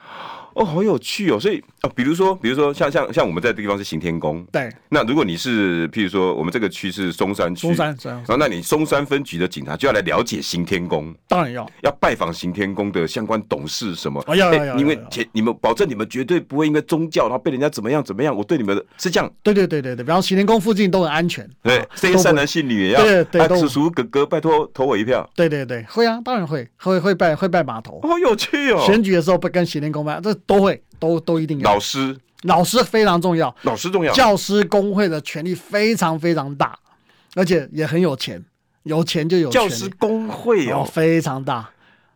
[SPEAKER 1] 哦，好有趣哦。所以啊，比如说，比如说像像像我们在这个地方是行天宫，
[SPEAKER 2] 对，
[SPEAKER 1] 那如果你是，譬如说我们这个区是松山区，
[SPEAKER 2] 中山这样
[SPEAKER 1] 然后那你松山分局的警察就要来了解行天宫，
[SPEAKER 2] 当然要，
[SPEAKER 1] 要拜访行天宫的相关董事什么，
[SPEAKER 2] 哦要要
[SPEAKER 1] 哎
[SPEAKER 2] 要
[SPEAKER 1] 因为
[SPEAKER 2] 要要
[SPEAKER 1] 前你们保证你们绝对不会因为宗宗教，然后被人家怎么样怎么样，我对你们的是这样。
[SPEAKER 2] 对对对对对，然后行天宫附近都很安全，
[SPEAKER 1] 对
[SPEAKER 2] 啊，
[SPEAKER 1] 这些
[SPEAKER 2] 都不
[SPEAKER 1] 善男信女也要
[SPEAKER 2] 对对
[SPEAKER 1] 啊，
[SPEAKER 2] 都
[SPEAKER 1] 叔叔哥哥，拜托投我一票，
[SPEAKER 2] 对对对，会啊，当然会，会会拜会拜码头，
[SPEAKER 1] 好有趣哦。
[SPEAKER 2] 选举的时候不跟行天宫拜，这都会，都都一定有。
[SPEAKER 1] 老师，
[SPEAKER 2] 老师非常重要，
[SPEAKER 1] 老师重要，
[SPEAKER 2] 教师工会的权力非常非常大，而且也很有钱，有钱就有
[SPEAKER 1] 教
[SPEAKER 2] 权
[SPEAKER 1] 师
[SPEAKER 2] 力
[SPEAKER 1] 工会
[SPEAKER 2] 哦，啊
[SPEAKER 1] 哦。
[SPEAKER 2] 非常大，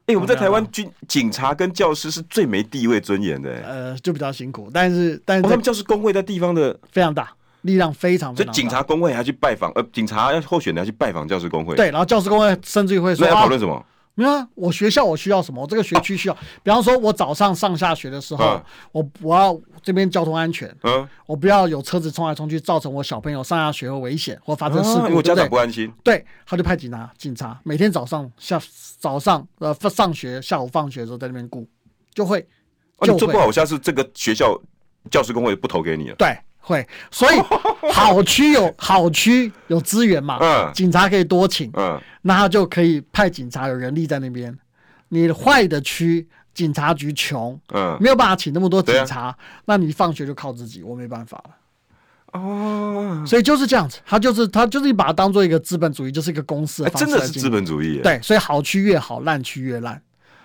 [SPEAKER 1] 哎，我们在
[SPEAKER 2] 没有
[SPEAKER 1] 台湾军警察跟教师是最没地位尊严的。哎
[SPEAKER 2] 呃，就比较辛苦，但是
[SPEAKER 1] 哦，
[SPEAKER 2] 但是
[SPEAKER 1] 他
[SPEAKER 2] 在
[SPEAKER 1] 们教师工会在地方的，
[SPEAKER 2] 非常大，力量非常非
[SPEAKER 1] 所以
[SPEAKER 2] 常大。
[SPEAKER 1] 警察工会还要去拜访，呃，警察要候选人要去拜访教师工会。，
[SPEAKER 2] 对，然后教师工会甚至于会说
[SPEAKER 1] 那要
[SPEAKER 2] 啊
[SPEAKER 1] 讨，论什么？
[SPEAKER 2] 没有啊，我学校我需要什么，我这个学区需要，比方说我早上上下学的时候，
[SPEAKER 1] 嗯
[SPEAKER 2] 我我要这边交通安全，
[SPEAKER 1] 嗯，
[SPEAKER 2] 我不要有车子冲来冲去，造成我小朋友上下学会危险或发生事
[SPEAKER 1] 啊
[SPEAKER 2] 故，
[SPEAKER 1] 因为我家
[SPEAKER 2] 对
[SPEAKER 1] 长
[SPEAKER 2] 不
[SPEAKER 1] 不
[SPEAKER 2] 对？
[SPEAKER 1] 安心。
[SPEAKER 2] 对，他就派警察，警察每天早上下早上呃上学，下午放学的时候在那边顾，就会
[SPEAKER 1] 哦，
[SPEAKER 2] 就
[SPEAKER 1] 你做
[SPEAKER 2] 会
[SPEAKER 1] 不好，我下次这个学校教师工会不投给你了。
[SPEAKER 2] 对，会。所以好区有好区有资源嘛，
[SPEAKER 1] 嗯
[SPEAKER 2] 警察可以多请，
[SPEAKER 1] 嗯，
[SPEAKER 2] 那他就可以派警察有人力在那边。你坏的区警察局穷，
[SPEAKER 1] 嗯
[SPEAKER 2] 没有办法请那么多
[SPEAKER 1] 对啊
[SPEAKER 2] 警察，那你放学就靠自己，我没办法了。
[SPEAKER 1] 哦，
[SPEAKER 2] 所以就是这样子，他就是他就是把它当做一个资本主义，就是一个公式
[SPEAKER 1] 哎
[SPEAKER 2] 的方
[SPEAKER 1] 真
[SPEAKER 2] 式
[SPEAKER 1] 的
[SPEAKER 2] 来
[SPEAKER 1] 是
[SPEAKER 2] 经
[SPEAKER 1] 资
[SPEAKER 2] 营。
[SPEAKER 1] 本主义耶。
[SPEAKER 2] 对，所以好区越好，烂区越烂，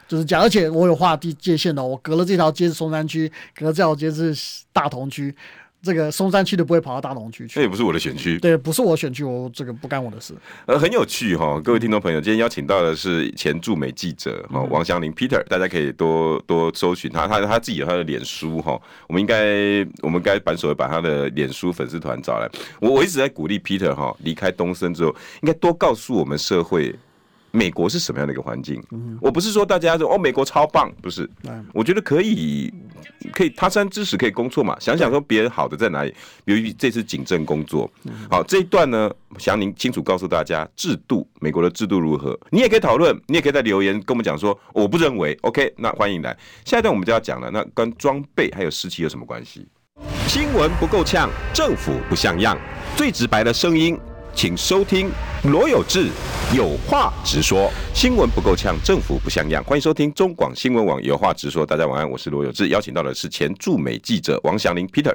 [SPEAKER 2] 就是这样。而且我有划地界限的哦，我隔了这条街是松山区，隔了这条街是大同区，这个松山区的不会跑到大同区
[SPEAKER 1] 那
[SPEAKER 2] 去。
[SPEAKER 1] 哎也不是我的选区，
[SPEAKER 2] 对，不是我选区，我这个不干我的事。
[SPEAKER 1] 呃，很有趣哈、各位听众朋友，今天邀请到的是前驻美记者哈、王祥林 Peter，大家可以多多搜寻他，他他自己有他的脸书哈、我们应该我们该反手把他的脸书粉丝团找来。我我一直在鼓励 Peter 哈、离开东森之后，应该多告诉我们社会美国是什么样的一个环境？我不是说大家说哦，美国超棒，不是
[SPEAKER 2] 嗯，
[SPEAKER 1] 我觉得可以可以他山之石可以攻错嘛，想想说别人好的在哪里，比如这次警政工作，好这一段呢，想您清楚告诉大家制度，美国的制度如何，你也可以讨论，你也可以在留言跟我们讲说我不认为，OK，那欢迎来。下一段我们就要讲了，那跟装备还有士气有什么关系？
[SPEAKER 3] 新闻不够呛，政府不像样，最直白的声音，请收听罗有志有话直说。
[SPEAKER 1] 新闻不够呛，政府不像样。欢迎收听中广新闻网有话直说，大家晚安，我是罗有志，邀请到的是前驻美记者王祥林 Peter。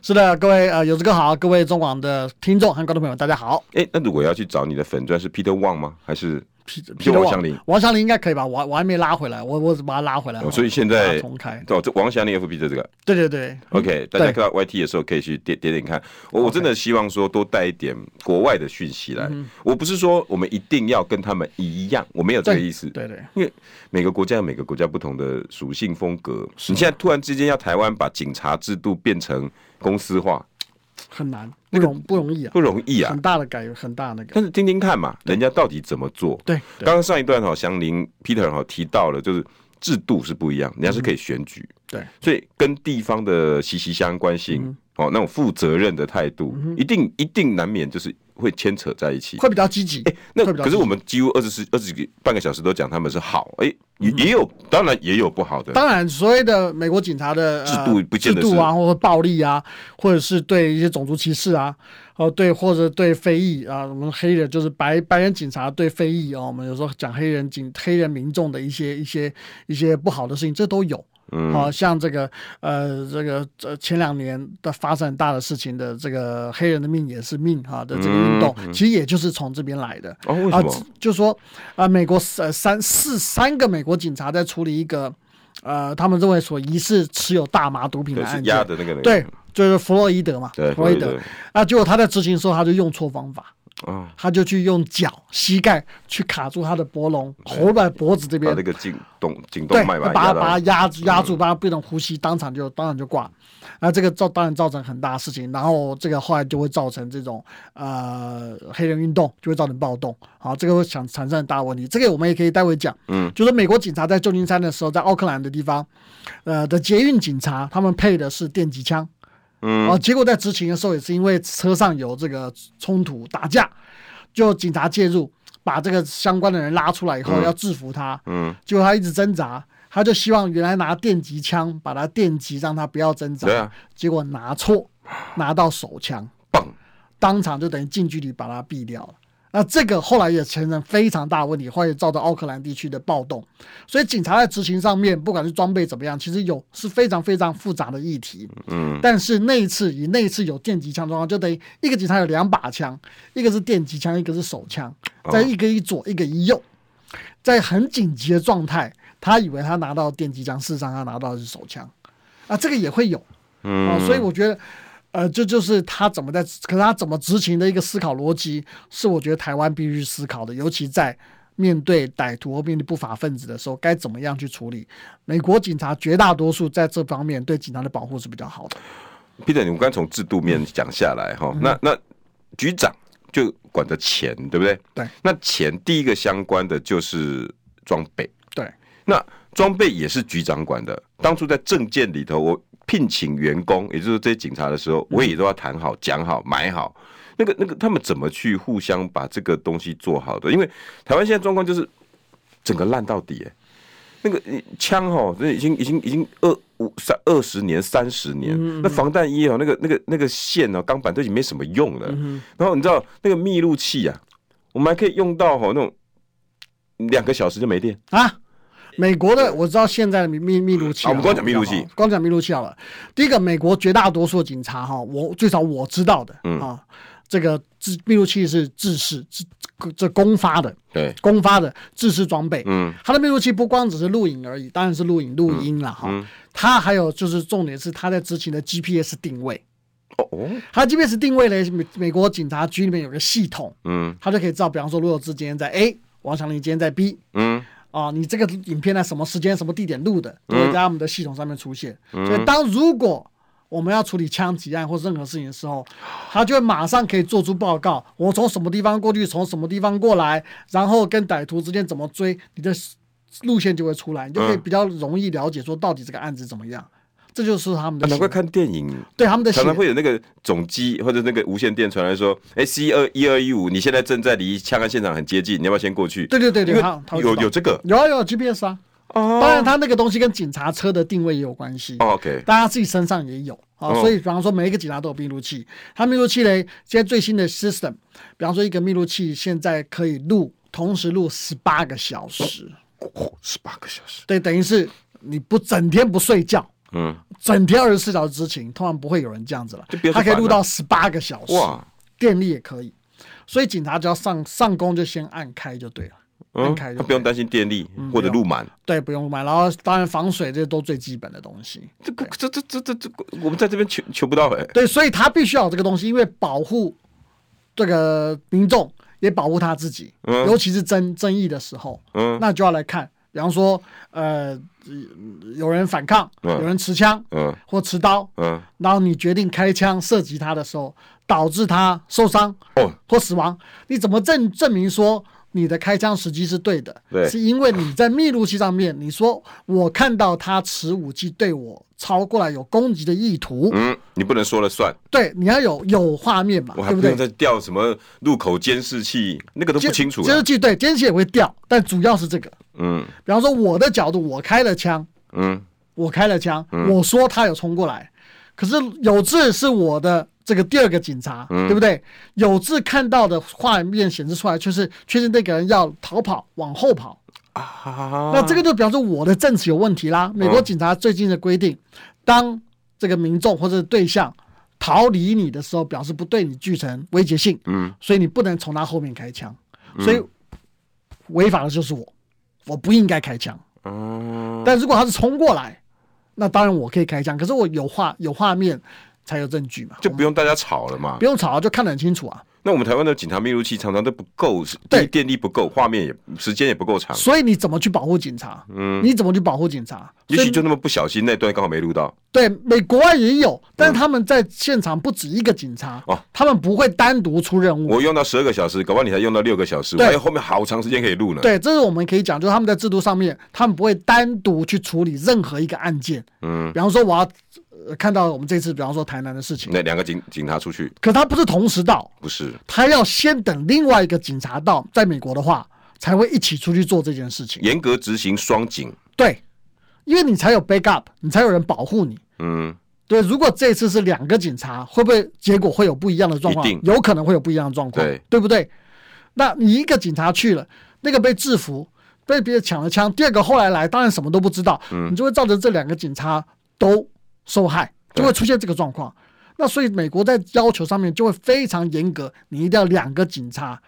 [SPEAKER 2] 是的，各位呃，有志哥好，各位中广的听众和观众朋友，大家好。
[SPEAKER 1] 哎、那如果要去找你的粉钻是 Peter Wang 吗？还是
[SPEAKER 2] 皮
[SPEAKER 1] 就王祥林？
[SPEAKER 2] 王祥林应该可以吧？我我还没拉回来，我我把他拉回来。
[SPEAKER 1] 哦所以现
[SPEAKER 2] 把
[SPEAKER 1] 在
[SPEAKER 2] 它重开。
[SPEAKER 1] 哦，这王祥林 FB 的这个
[SPEAKER 2] 对对哎嗯对，
[SPEAKER 1] OK，大家看到 YT 的时候可以去点点点看。我我真的希望说多带一点国外的讯息来。
[SPEAKER 2] 嗯
[SPEAKER 1] 我不是说我们一定要跟他们一样，我没有这个
[SPEAKER 2] 对
[SPEAKER 1] 意思。
[SPEAKER 2] 对对
[SPEAKER 1] 因为每个国家有每个国家不同的属性风格。你现在突然之间要台湾把警察制度变成公司化，
[SPEAKER 2] 很难，不容不容易啊，
[SPEAKER 1] 不容易啊
[SPEAKER 2] 很。大的改，很大那个。
[SPEAKER 1] 但是听听看嘛，人家到底怎么做？
[SPEAKER 2] 对，对
[SPEAKER 1] 刚刚上一段哈，祥林 Peter 哈提到了，就是制度是不一样，人家是可以选举，
[SPEAKER 2] 对，
[SPEAKER 1] 所以跟地方的息息相关
[SPEAKER 2] 嗯
[SPEAKER 1] 性，哦，那种负责任的态度，一定一定难免就是会牵扯在一起。
[SPEAKER 2] 会比较积极。
[SPEAKER 1] 哎，那
[SPEAKER 2] 会比较
[SPEAKER 1] 可是我们几乎二十四二十半个小时都讲他们是好，哎，也也有，当然也有不好的，
[SPEAKER 2] 嗯当然，所谓的美国警察的、呃
[SPEAKER 1] 制度不见得是
[SPEAKER 2] 制度啊，或者暴力啊，或者是对一些种族歧视啊，哦、对，或者对非裔啊，我们黑人就是白白人警察对非裔啊，我们有时候讲黑人警黑人民众的一些一些一些不好的事情，这都有。嗯，好、像这个呃，这个呃，前两年的发生很大的事情的这个黑人的命也是命哈、的这个运
[SPEAKER 1] 嗯
[SPEAKER 2] 动，其实也就是从这边来的。
[SPEAKER 1] 哦为什
[SPEAKER 2] 啊
[SPEAKER 1] 么
[SPEAKER 2] 只就说啊、呃美国呃三四三个美国警察在处理一个呃，他们认为所疑似持有大麻毒品的
[SPEAKER 1] 对，是
[SPEAKER 2] 案
[SPEAKER 1] 压
[SPEAKER 2] 件，
[SPEAKER 1] 的那个人，
[SPEAKER 2] 对，就是弗洛伊德嘛，
[SPEAKER 1] 对
[SPEAKER 2] 弗洛伊
[SPEAKER 1] 弗洛伊
[SPEAKER 2] 德
[SPEAKER 1] 德
[SPEAKER 2] 啊，结果他在执行的时候他就用错方法，
[SPEAKER 1] 啊，
[SPEAKER 2] 他就去用脚膝盖去卡住他的脖龙，喉在脖子这
[SPEAKER 1] 把
[SPEAKER 2] 边
[SPEAKER 1] 那，个颈动颈动
[SPEAKER 2] 对，
[SPEAKER 1] 脉吧，
[SPEAKER 2] 把他
[SPEAKER 1] 压
[SPEAKER 2] 把他
[SPEAKER 1] 到，嗯
[SPEAKER 2] 压住压住，把他变成呼吸，当场就当场就挂。那这个造当然造成很大事情，然后这个后来就会造成这种呃黑人运动，就会造成暴动，好，这个会想产生很大问题。这个我们也可以待会讲，嗯，就是美国警察在旧金山的时候，在奥克兰的地方，呃的捷运警察，他们配的是电击枪，嗯，哦，结果在执勤的时候也是因为车上有这个冲突打架，就警察介入，把这个相关的人拉出来以后、要制服他，嗯，结果他一直挣扎，他就希望原来拿电击枪把他电击，让他不要挣扎，
[SPEAKER 1] 对啊
[SPEAKER 2] 结果拿错，拿到手枪，
[SPEAKER 1] 棒，
[SPEAKER 2] 当场就等于近距离把他毙掉了。那这个后来也产生非常大问题，后来也造成奥克兰地区的暴动。所以警察在执行上面，不管是装备怎么样，其实有是非常非常复杂的议题。嗯，但是那一次以那一次有电击枪状况，就等于一个警察有两把枪，一个是电击枪，一个是手枪，在一个一左，一个一右，在很紧急的状态，他以为他拿到电击枪，事实上他拿到的是手枪。啊，这个也会有。嗯、啊，所以我觉得，呃，这就是他怎么在，可是他怎么执行的一个思考逻辑，是我觉得台湾必须思考的，尤其在面对歹徒或面对不法分子的时候，该怎么样去处理。美国警察绝大多数在这方面对警察的保护是比较好的。
[SPEAKER 1] Peter，你们刚从制度面讲下来哈，
[SPEAKER 2] 嗯
[SPEAKER 1] 那那局长就管着钱，对不对？
[SPEAKER 2] 对。
[SPEAKER 1] 那钱第一个相关的就是装备，
[SPEAKER 2] 对，
[SPEAKER 1] 那装备也是局长管的。当初在证件里头，我聘请员工，也就是这些警察的时候，我也都要谈好、讲好、买好。那个、那个，他们怎么去互相把这个东西做好的？因为台湾现在状况就是整个烂到底、欸，那个你枪哦，这已经已经已经二五三二十年、三十年，那防弹衣哦，那个那个那个线哦，钢板都已经没什么用了。然后你知道那个密录器啊，我们还可以用到哦，那种两个小时就没电。
[SPEAKER 2] 啊。美国的我知道现在的密密密录器
[SPEAKER 1] 啊
[SPEAKER 2] 啊，
[SPEAKER 1] 我们光讲密录器
[SPEAKER 2] 好不好，光讲密录器好了。第一个，美国绝大多数警察哈，我最少我知道的、
[SPEAKER 1] 嗯
[SPEAKER 2] 啊，这个制密录器是制式，制这公发的，
[SPEAKER 1] 对，
[SPEAKER 2] 公发的制式装备。
[SPEAKER 1] 嗯，
[SPEAKER 2] 它的密录器不光只是录影而已，当然是录影录音了哈。它还有就是重点是它在执行的 GPS 定位，
[SPEAKER 1] 哦哦，
[SPEAKER 2] 它 GPS 定位呢，美美国警察局里面有个系统，
[SPEAKER 1] 嗯
[SPEAKER 2] 它就可以知道，比方说罗有志今天在 A，王祥林今天在 B，
[SPEAKER 1] 嗯，
[SPEAKER 2] 啊，你这个影片在什么时间、什么地点录的，都会在我们的系统上面出现。所以，当如果我们要处理枪击案或任何事情的时候，他就会马上可以做出报告：我从什么地方过去，从什么地方过来，然后跟歹徒之间怎么追，你的路线就会出来，你就可以比较容易了解说到底这个案子怎么样。这就是他们
[SPEAKER 1] 啊
[SPEAKER 2] 的
[SPEAKER 1] 难怪
[SPEAKER 2] 写
[SPEAKER 1] 看电影
[SPEAKER 2] 对他们的写
[SPEAKER 1] 常常会有那个总机或者那个无线电传来说，哎，C 二一二一五，你现在正在离枪案现场很接近，你要不要先过去？
[SPEAKER 2] 对对对对
[SPEAKER 1] 因为
[SPEAKER 2] 他他会
[SPEAKER 1] 有
[SPEAKER 2] 知道
[SPEAKER 1] 有这个
[SPEAKER 2] 有啊有啊 GPS 啊，
[SPEAKER 1] 哦
[SPEAKER 2] 当然他那个东西跟警察车的定位也有关系。
[SPEAKER 1] 哦，OK，
[SPEAKER 2] 大家自己身上也有啊，
[SPEAKER 1] 哦
[SPEAKER 2] 所以比方说每一个警察都有密录器，它密录器嘞，现在最新的 system，比方说一个密录器现在可以录，同时录十八个小时，哦
[SPEAKER 1] 十八个小时，
[SPEAKER 2] 对，等于是你不整天不睡觉，
[SPEAKER 1] 嗯，
[SPEAKER 2] 整天二十四小时执勤，通常不会有人这样子了
[SPEAKER 1] 就不要，去
[SPEAKER 2] 它可以
[SPEAKER 1] 烦
[SPEAKER 2] 录
[SPEAKER 1] 了
[SPEAKER 2] 到十八个小时，
[SPEAKER 1] 哇，
[SPEAKER 2] 电力也可以，所以警察只要上上工就先按开就对了，按
[SPEAKER 1] 嗯，
[SPEAKER 2] 开
[SPEAKER 1] 他
[SPEAKER 2] 就
[SPEAKER 1] 不用
[SPEAKER 2] 对了
[SPEAKER 1] 担心电力或者路满，
[SPEAKER 2] 对，不用买，然后当然防水这些都最基本的东西。
[SPEAKER 1] 这个这这这这这，我们在这边求求不到哎，
[SPEAKER 2] 对，所以他必须要有这个东西，因为保护这个民众，也保护他自己，
[SPEAKER 1] 嗯
[SPEAKER 2] 尤其是争争议的时候，
[SPEAKER 1] 嗯
[SPEAKER 2] 那就要来看，比方说，呃，有人反抗，
[SPEAKER 1] 嗯
[SPEAKER 2] 有人持枪
[SPEAKER 1] 嗯
[SPEAKER 2] 或持刀，
[SPEAKER 1] 嗯，
[SPEAKER 2] 然后你决定开枪射击他的时候，导致他受伤
[SPEAKER 1] 哦
[SPEAKER 2] 或死亡，你怎么证证明说你的开枪时机是对的？
[SPEAKER 1] 对
[SPEAKER 2] 是因为你在密录器上面，你说我看到他持武器对我超过来有攻击的意图，
[SPEAKER 1] 嗯，你不能说了算，
[SPEAKER 2] 对，你要有有画面嘛，
[SPEAKER 1] 我还
[SPEAKER 2] 对
[SPEAKER 1] 不
[SPEAKER 2] 对
[SPEAKER 1] 用？再调什么路口监视器，那个都不清楚啊
[SPEAKER 2] 监
[SPEAKER 1] 了
[SPEAKER 2] 视，器对，监视器也会掉，但主要是这个。
[SPEAKER 1] 嗯
[SPEAKER 2] 比方说我的角度，我开了枪，
[SPEAKER 1] 嗯，
[SPEAKER 2] 我开了枪，我说他有冲过来，可是有志是我的这个第二个警察，
[SPEAKER 1] 嗯
[SPEAKER 2] 对不对？有志看到的画面显示出来，就是确实那个人要逃跑，往后跑，
[SPEAKER 1] 啊，
[SPEAKER 2] 那这个就表示我的证词有问题啦。美国警察最近的规定，当这个民众或者对象逃离你的时候，表示不对你具成威胁性，嗯，所以你不能从他后面开枪，所以违法的就是我，我不应该开枪。
[SPEAKER 1] 嗯
[SPEAKER 2] 但如果他是冲过来，那当然我可以开枪，可是我有画有画面才有证据嘛，
[SPEAKER 1] 就不用大家吵了嘛
[SPEAKER 2] 不。用吵啊，就看得很清楚啊。
[SPEAKER 1] 那我们台湾的警察密录器常常都不够，是
[SPEAKER 2] 对
[SPEAKER 1] 电力不够，画面也时间也不够长，
[SPEAKER 2] 所以你怎么去保护警察？嗯，你怎么去保护警察？
[SPEAKER 1] 也
[SPEAKER 2] 所以
[SPEAKER 1] 许就那么不小心那段刚好没录到。
[SPEAKER 2] 对，美国外也有，但是他们在现场不止一个警察，
[SPEAKER 1] 嗯哦
[SPEAKER 2] 他们不会单独出任务。
[SPEAKER 1] 我用到十二个小时，搞不好你才用到六个小时，我
[SPEAKER 2] 嗯对
[SPEAKER 1] 还有后面好长时间可以录呢。
[SPEAKER 2] 对，这是我们可以讲，就是他们在制度上面，他们不会单独去处理任何一个案件。
[SPEAKER 1] 嗯，
[SPEAKER 2] 比方说，我要、呃看到我们这次，比方说台南的事情，
[SPEAKER 1] 那两个警警察出去
[SPEAKER 2] 可他不是同时到，
[SPEAKER 1] 不是
[SPEAKER 2] 他要先等另外一个警察到，在美国的话才会一起出去做这件事情。
[SPEAKER 1] 严格执行双警，
[SPEAKER 2] 对，因为你才有 backup，你才有人保护你。
[SPEAKER 1] 嗯，
[SPEAKER 2] 对，如果这次是两个警察，会不会结果会有不一样的状况？
[SPEAKER 1] 一定
[SPEAKER 2] 有可能会有不一样的状况，
[SPEAKER 1] 对
[SPEAKER 2] 不对？那你一个警察去了，那个被制服，被别人抢了枪，第二个后来来，当然什么都不知道，
[SPEAKER 1] 嗯
[SPEAKER 2] 你就会造成这两个警察都受害，就会出现这个状况。那所以美国在要求上面就会非常严格，你一定要两个警察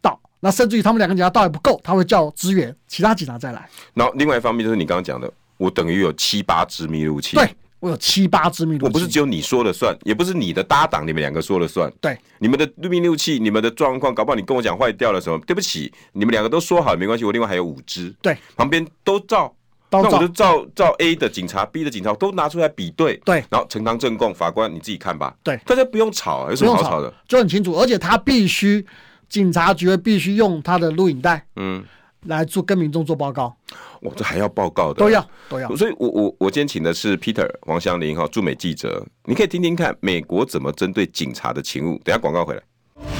[SPEAKER 2] 到，那甚至于他们两个警察到也不够，他会叫支援其他警察再来。
[SPEAKER 1] 然后另外一方面就是你刚刚讲的，我等于有七八支密录器，
[SPEAKER 2] 对我有七八支密录器，
[SPEAKER 1] 我不是只有你说了算，也不是你的搭档你们两个说了算。
[SPEAKER 2] 对，
[SPEAKER 1] 你们的密录器，你们的状况，搞不好你跟我讲坏掉了什么？对不起，你们两个都说好没关系，我另外还有五支，
[SPEAKER 2] 对，
[SPEAKER 1] 旁边都照，
[SPEAKER 2] 都
[SPEAKER 1] 那我
[SPEAKER 2] 照
[SPEAKER 1] 就照照 A 的警察、B 的警察都拿出来比对，
[SPEAKER 2] 对
[SPEAKER 1] 然后呈堂证供，法官你自己看吧，
[SPEAKER 2] 对
[SPEAKER 1] 大家不用吵，有什
[SPEAKER 2] 不
[SPEAKER 1] 么
[SPEAKER 2] 用
[SPEAKER 1] 好吵的？，
[SPEAKER 2] 就很清楚，而且他必须警察局必须用他的录影带
[SPEAKER 1] 嗯，
[SPEAKER 2] 来做跟民众做报告，
[SPEAKER 1] 哇，这还要报告的，
[SPEAKER 2] 都要都要。
[SPEAKER 1] 所以啊我我我今天请的是 Peter 黄祥林哈驻美记者，你可以听听看美国怎么针对警察的勤务。等一下广告回来。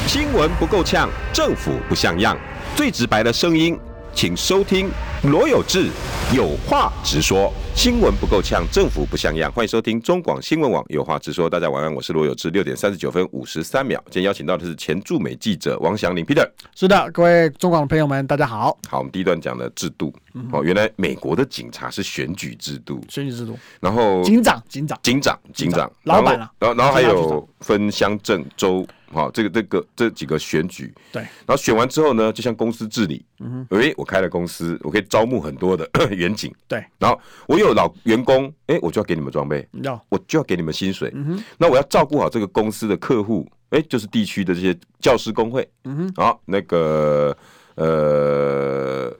[SPEAKER 3] 新闻不够呛，政府不像样，最直白的声音，请收听罗有志有话直说。
[SPEAKER 1] 新闻不够呛，政府不像样。欢迎收听中广新闻网，有话直说。大家晚安，我是罗有志。六点三十九分五十三秒，今天邀请到的是前驻美记者王祥林 Peter。
[SPEAKER 2] 是的，各位中广的朋友们，大家好，
[SPEAKER 1] 好，我们第一段讲的制度，哦，原来美国的警察是选举制度，
[SPEAKER 2] 选举制度，
[SPEAKER 1] 然后
[SPEAKER 2] 警长警长
[SPEAKER 1] 警长、警长、
[SPEAKER 2] 老
[SPEAKER 1] 然后
[SPEAKER 2] 板啊
[SPEAKER 1] 然后然后还
[SPEAKER 2] 警察局
[SPEAKER 1] 有分乡镇州，好，这个这个这几个选举，
[SPEAKER 2] 对，
[SPEAKER 1] 然后选完之后呢，就像公司治理，嗯，诶，我开了公司，我可以招募很多的 远景，
[SPEAKER 2] 对，
[SPEAKER 1] 然后我有老员工，诶，我就要给你们装备，
[SPEAKER 2] 要
[SPEAKER 1] 我就要给你们薪
[SPEAKER 2] 嗯
[SPEAKER 1] 水，那我要照顾好这个公司的客户，诶，就是地区的这些教师工会，嗯哼，好，那个呃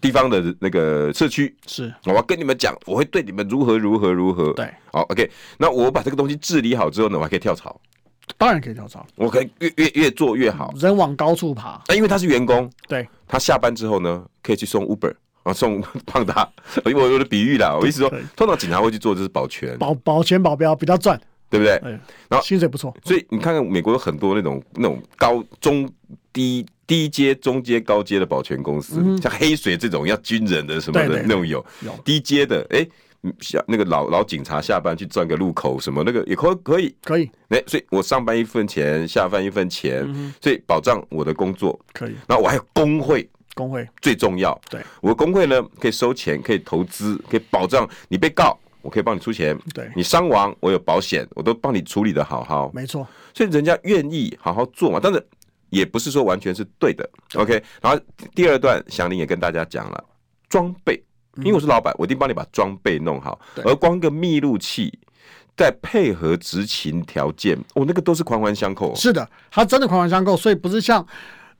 [SPEAKER 1] 地方的那个社区，
[SPEAKER 2] 是
[SPEAKER 1] 我要跟你们讲，我会对你们如何如何如何，
[SPEAKER 2] 对，
[SPEAKER 1] 好，OK，那我把这个东西治理好之后呢，我还可以跳槽，
[SPEAKER 2] 当然可以跳槽，
[SPEAKER 1] 我可以越越越做越好，
[SPEAKER 2] 人往高处爬，
[SPEAKER 1] 那因为他是员工。
[SPEAKER 2] 对，
[SPEAKER 1] 他下班之后呢，可以去送 Uber 啊，送 胖达。因为我有的比喻啦，我意思说
[SPEAKER 2] 对，
[SPEAKER 1] 通常警察会去做就是保全，
[SPEAKER 2] 保保全保镖比较赚，
[SPEAKER 1] 对不对？
[SPEAKER 2] 哎，
[SPEAKER 1] 然后
[SPEAKER 2] 薪水不错，
[SPEAKER 1] 所以你看看美国有很多那种那种高中低低阶、中阶、高阶的保全公司，像黑水这种要军人的什么
[SPEAKER 2] 嗯对
[SPEAKER 1] 的
[SPEAKER 2] 对对
[SPEAKER 1] 那种有，
[SPEAKER 2] 有
[SPEAKER 1] 低阶的哎。嗯下那个老老警察下班去转个路口什么那个也可可以，
[SPEAKER 2] 可以
[SPEAKER 1] 哎、所以我上班一份钱，下班一份钱，
[SPEAKER 2] 嗯
[SPEAKER 1] 所以保障我的工作，
[SPEAKER 2] 可以，
[SPEAKER 1] 然后我还有工会，
[SPEAKER 2] 工会
[SPEAKER 1] 最重要。
[SPEAKER 2] 对，
[SPEAKER 1] 我的工会呢可以收钱，可以投资，可以保障你被告，我可以帮你出钱。
[SPEAKER 2] 对
[SPEAKER 1] 你伤亡我有保险，我都帮你处理的好好，
[SPEAKER 2] 没错，
[SPEAKER 1] 所以人家愿意好好做嘛。但是也不是说完全是对的。OK，然后第二段祥林也跟大家讲了装备，因为我是老板，我一定帮你把装备弄好，
[SPEAKER 2] 嗯对
[SPEAKER 1] 而光个密录器。再配合执勤条件，哦，那个都是环环相扣、哦。
[SPEAKER 2] 是的，它真的环环相扣，所以不是像。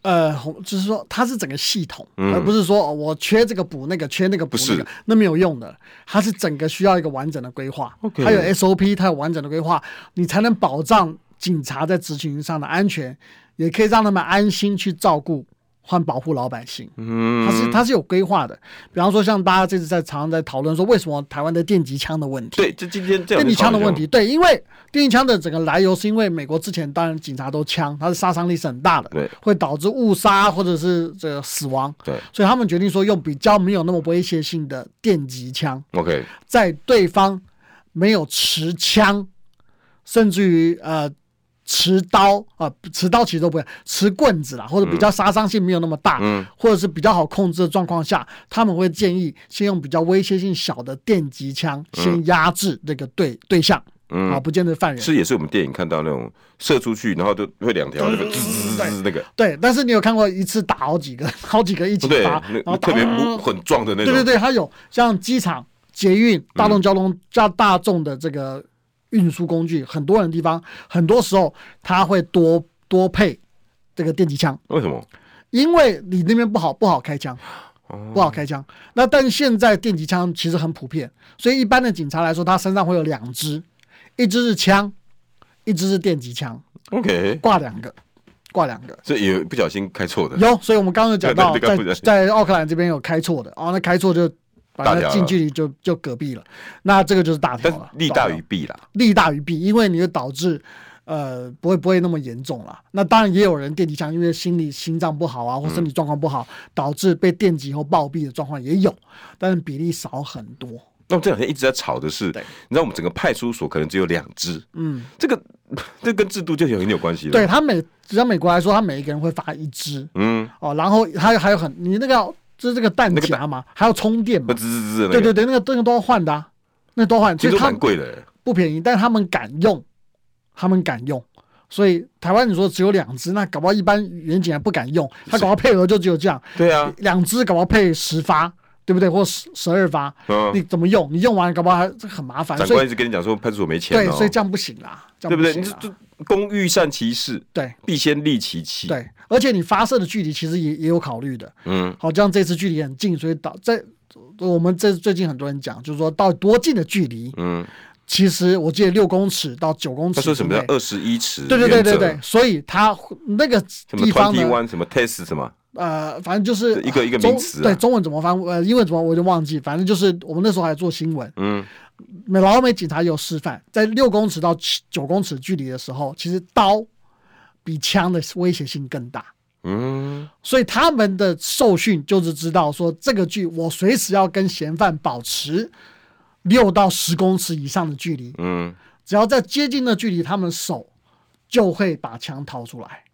[SPEAKER 2] 呃，红就是说它是整个系统，而不是说哦我缺这个补那个，缺那个补那
[SPEAKER 1] 嗯是
[SPEAKER 2] 个，那没有用的。它是整个需要一个完整的规划
[SPEAKER 1] OK
[SPEAKER 2] 它有 SOP，它有完整的规划，你才能保障警察在执行上的安全，也可以让他们安心去照顾和保护老百姓。
[SPEAKER 1] 嗯，
[SPEAKER 2] 它是它是有规划的。比方说，像大家这次在常常在讨论说，为什么台湾的电击枪的问题？
[SPEAKER 1] 对，这今天这样
[SPEAKER 2] 电击枪的
[SPEAKER 1] 就吵一
[SPEAKER 2] 问
[SPEAKER 1] 架
[SPEAKER 2] 题，对，因为电击枪的整个来由是因为美国之前当然警察都枪，它是杀伤力是很大的，
[SPEAKER 1] 对，
[SPEAKER 2] 会导致误杀或者是这个死亡，
[SPEAKER 1] 对
[SPEAKER 2] 所以他们决定说用比较没有那么威胁性的电击枪，
[SPEAKER 1] ，OK，
[SPEAKER 2] 在对方没有持枪，甚至于呃持刀啊、持刀其实都不会，持棍子啦，或者比较杀伤性没有那么大，
[SPEAKER 1] 嗯
[SPEAKER 2] 或者是比较好控制的状况下，他们会建议先用比较威胁性小的电击枪
[SPEAKER 1] 嗯
[SPEAKER 2] 先压制这个对、对象。啊，不见得犯人
[SPEAKER 1] 是也是我们电影看到那种射出去，然后就会两条那个滋滋滋滋那个，
[SPEAKER 2] 对，但是你有看过一次打好几个，好几个一起
[SPEAKER 1] 对，
[SPEAKER 2] 打，
[SPEAKER 1] 那
[SPEAKER 2] 然后
[SPEAKER 1] 那
[SPEAKER 2] 打
[SPEAKER 1] 特别不很壮的那
[SPEAKER 2] 对对
[SPEAKER 1] 种，
[SPEAKER 2] 对，它有像机场、捷运、大众交通加大众的这个运输工具，很多人的地方，很多时候它会多多配这个电击枪，
[SPEAKER 1] 为什么？
[SPEAKER 2] 因为你那边不好不好开枪，
[SPEAKER 1] 哦
[SPEAKER 2] 不好开枪。那但是现在电击枪其实很普遍，所以一般的警察来说，他身上会有两支，一支是枪，一支是电击枪，
[SPEAKER 1] OK，
[SPEAKER 2] 挂两个，挂两个。
[SPEAKER 1] 所以也不小心开 错的，
[SPEAKER 2] 有，所以我们刚刚有讲到，
[SPEAKER 1] 对对对刚不
[SPEAKER 2] 在
[SPEAKER 1] 讲
[SPEAKER 2] 在奥克兰这边有开错的哦，那开错就
[SPEAKER 1] 大
[SPEAKER 2] 把
[SPEAKER 1] 条
[SPEAKER 2] 它
[SPEAKER 1] 了
[SPEAKER 2] 近距离就就隔壁了，那这个就是大条
[SPEAKER 1] 但
[SPEAKER 2] 了，
[SPEAKER 1] 利大于弊啦。
[SPEAKER 2] 利大于弊，因为你就导致。呃，不会不会那么严重了。那当然也有人电击枪，因为心理心脏不好
[SPEAKER 1] 嗯
[SPEAKER 2] 啊，或身体状况不好，导致被电击后暴毙的状况也有，但是比例少很多。
[SPEAKER 1] 那我这两天一直在吵的是，你
[SPEAKER 2] 对
[SPEAKER 1] 知道我们整个派出所可能只有两支，
[SPEAKER 2] 嗯，
[SPEAKER 1] 这个这跟制度就有很有关系了。
[SPEAKER 2] 对，他每只要美国来说，他每一个人会发一支
[SPEAKER 1] 嗯，
[SPEAKER 2] 哦，然后还有还有很你那个要就是这个弹
[SPEAKER 1] 那个
[SPEAKER 2] 夹嘛，还有充电
[SPEAKER 1] 不
[SPEAKER 2] 嘛，
[SPEAKER 1] 滋滋滋的那
[SPEAKER 2] 对
[SPEAKER 1] 个，
[SPEAKER 2] 对对，那个那个都要换的、啊，那都要换，
[SPEAKER 1] 其
[SPEAKER 2] 所
[SPEAKER 1] 实都
[SPEAKER 2] 以他
[SPEAKER 1] 蛮
[SPEAKER 2] 们
[SPEAKER 1] 贵的。
[SPEAKER 2] 不便宜，但他们敢用，他们敢用。所以台湾你说只有两支，那搞不好一般远景还不敢用，他搞不好配额就只有这样，
[SPEAKER 1] 对啊，
[SPEAKER 2] 两支搞不好配十发，对不对？或十十二发，你
[SPEAKER 1] 嗯，
[SPEAKER 2] 怎么用？你用完搞不好还这很麻烦，
[SPEAKER 1] 长
[SPEAKER 2] 所
[SPEAKER 1] 官一
[SPEAKER 2] 以
[SPEAKER 1] 直跟你讲说派出所没钱
[SPEAKER 2] 对，
[SPEAKER 1] 哦
[SPEAKER 2] 所以，这样不行啦，这
[SPEAKER 1] 对
[SPEAKER 2] 样
[SPEAKER 1] 不对？你
[SPEAKER 2] 行啊
[SPEAKER 1] 这
[SPEAKER 2] 啦
[SPEAKER 1] 这工欲善其事，
[SPEAKER 2] 对
[SPEAKER 1] 必先利其器。，
[SPEAKER 2] 对，而且你发射的距离其实也也有考虑的。
[SPEAKER 1] 嗯，
[SPEAKER 2] 好，这样这次距离很近，所以导在我们这最近很多人讲，就是说到多近的距离，
[SPEAKER 1] 嗯，
[SPEAKER 2] 其实我记得六公尺到九公尺
[SPEAKER 1] 他
[SPEAKER 2] 之
[SPEAKER 1] 说
[SPEAKER 2] 内，
[SPEAKER 1] 什么叫二十一尺？
[SPEAKER 2] 对对对对对，，所以它那个
[SPEAKER 1] 什么
[SPEAKER 2] 地
[SPEAKER 1] 团
[SPEAKER 2] 方
[SPEAKER 1] 体
[SPEAKER 2] 呢，
[SPEAKER 1] 湾，什么 test 什么，
[SPEAKER 2] 呃，反正就是
[SPEAKER 1] 一个一个
[SPEAKER 2] 中
[SPEAKER 1] 名词啊
[SPEAKER 2] 对，中文怎么翻，呃，英文怎么我就忘记，反正就是呃我们那时候还做新闻，
[SPEAKER 1] 嗯，
[SPEAKER 2] 美老美警察有示范，在六公尺到七九公尺距离的时候，其实刀比枪的威胁性更大。
[SPEAKER 1] 嗯，
[SPEAKER 2] 所以他们的受训就是知道说这个距我随时要跟嫌犯保持六到十公尺以上的距离，
[SPEAKER 1] 嗯，
[SPEAKER 2] 只要在接近的距离，他们手就会把枪掏出来，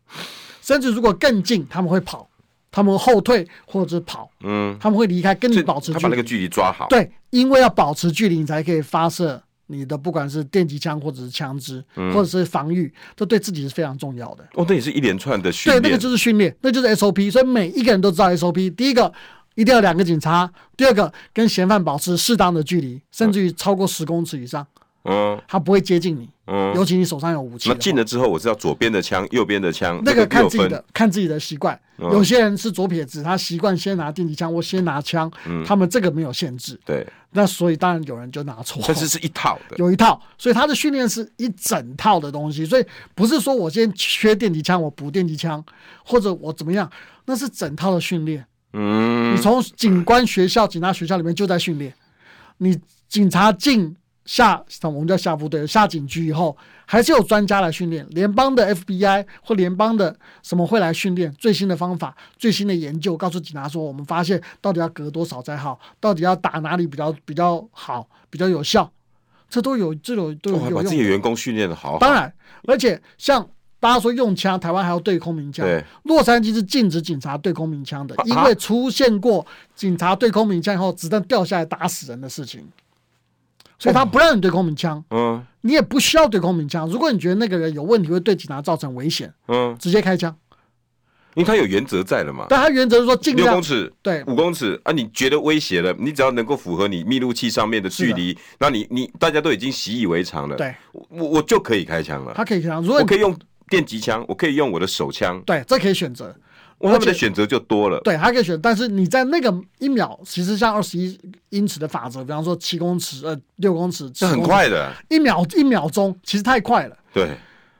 [SPEAKER 2] 甚至如果更近，他们会跑，他们会后退或者跑，
[SPEAKER 1] 嗯，
[SPEAKER 2] 他们会离开，跟
[SPEAKER 1] 所
[SPEAKER 2] 你
[SPEAKER 1] 以
[SPEAKER 2] 保持
[SPEAKER 1] 他
[SPEAKER 2] 距
[SPEAKER 1] 把那
[SPEAKER 2] 离
[SPEAKER 1] 个。距离抓好。
[SPEAKER 2] 对，因为要保持距离，你才可以发射你的不管是电击枪或者是枪支，
[SPEAKER 1] 嗯
[SPEAKER 2] 或者是防御，这对自己是非常重要的。
[SPEAKER 1] 哦，那也是一连串的训
[SPEAKER 2] 对，那个
[SPEAKER 1] 练，
[SPEAKER 2] 就是训练，那就是 SOP。所以每一个人都知道 SOP。第一个，一定要两个警察；第二个，跟嫌犯保持适当的距离，甚至于超过十公尺以上，
[SPEAKER 1] 嗯
[SPEAKER 2] 他不会接近你。
[SPEAKER 1] 嗯。
[SPEAKER 2] 尤其你手上有武器啊
[SPEAKER 1] 那
[SPEAKER 2] 的话，
[SPEAKER 1] 进了之后，我知道左边的枪，右边的枪，
[SPEAKER 2] 那
[SPEAKER 1] 这
[SPEAKER 2] 个
[SPEAKER 1] 个
[SPEAKER 2] 看
[SPEAKER 1] 有
[SPEAKER 2] 自己
[SPEAKER 1] 分。
[SPEAKER 2] 的，看自己的习惯。
[SPEAKER 1] 嗯
[SPEAKER 2] 有些人是左撇子，他习惯先拿电击枪或先拿枪，
[SPEAKER 1] 嗯
[SPEAKER 2] 他们这个没有限制。
[SPEAKER 1] 对，
[SPEAKER 2] 那所以当然有人就拿错。
[SPEAKER 1] 但是是一套的。
[SPEAKER 2] 哦有一套，所以他的训练是一整套的东西，所以不是说我今天缺电击枪，我补电击枪，或者我怎么样，那是整套的训练。
[SPEAKER 1] 嗯
[SPEAKER 2] 你，从警官学校、警察学校里面就在训练，你警察进下，我们叫下部队、下警局以后，还是有专家来训练，联邦的 FBI 或联邦的什么会来训练最新的方法、最新的研究，告诉警察说，我们发现到底要隔多少才好，到底要打哪里比较比较好、比较有效，这都有这种都
[SPEAKER 1] 我
[SPEAKER 2] 有
[SPEAKER 1] 还
[SPEAKER 2] 有
[SPEAKER 1] 把自
[SPEAKER 2] 用
[SPEAKER 1] 己
[SPEAKER 2] 的。
[SPEAKER 1] 的员工训练的好好。
[SPEAKER 2] 当，然，而且像大家说用枪，台湾还要对空鸣枪
[SPEAKER 1] 对。
[SPEAKER 2] 洛杉矶是禁止警察对空鸣枪的
[SPEAKER 1] 啊，
[SPEAKER 2] 因为出现过警察对空鸣枪以后子弹掉下来打死人的事情，所以他不让你对空鸣枪，
[SPEAKER 1] 嗯
[SPEAKER 2] 你也不需要对空鸣枪。如果你觉得那个人有问题，会对警察造成危险，
[SPEAKER 1] 嗯，
[SPEAKER 2] 直接开枪。
[SPEAKER 1] 因为他有原则在了嘛。
[SPEAKER 2] 但他原则是说尽
[SPEAKER 1] 六
[SPEAKER 2] 量
[SPEAKER 1] 公尺，
[SPEAKER 2] 对
[SPEAKER 1] 五公尺啊，你觉得威胁了，你只要能够符合你密录器上面的距离，那你你大家都已经习以为常了。
[SPEAKER 2] 对，
[SPEAKER 1] 我我我就可以开枪了，
[SPEAKER 2] 他可以开枪。如果
[SPEAKER 1] 我
[SPEAKER 2] 你
[SPEAKER 1] 可以用电击枪，我可以用我的手枪，
[SPEAKER 2] 对，这可以选择。
[SPEAKER 1] 我他们的选择就多了。
[SPEAKER 2] 对，它可以选，但是你在那个一秒，其实像二十一英尺的法则，比方说七公尺、呃六公尺，
[SPEAKER 1] 这
[SPEAKER 2] 这
[SPEAKER 1] 很快的，
[SPEAKER 2] 一秒一秒钟其实太快了。
[SPEAKER 1] 对，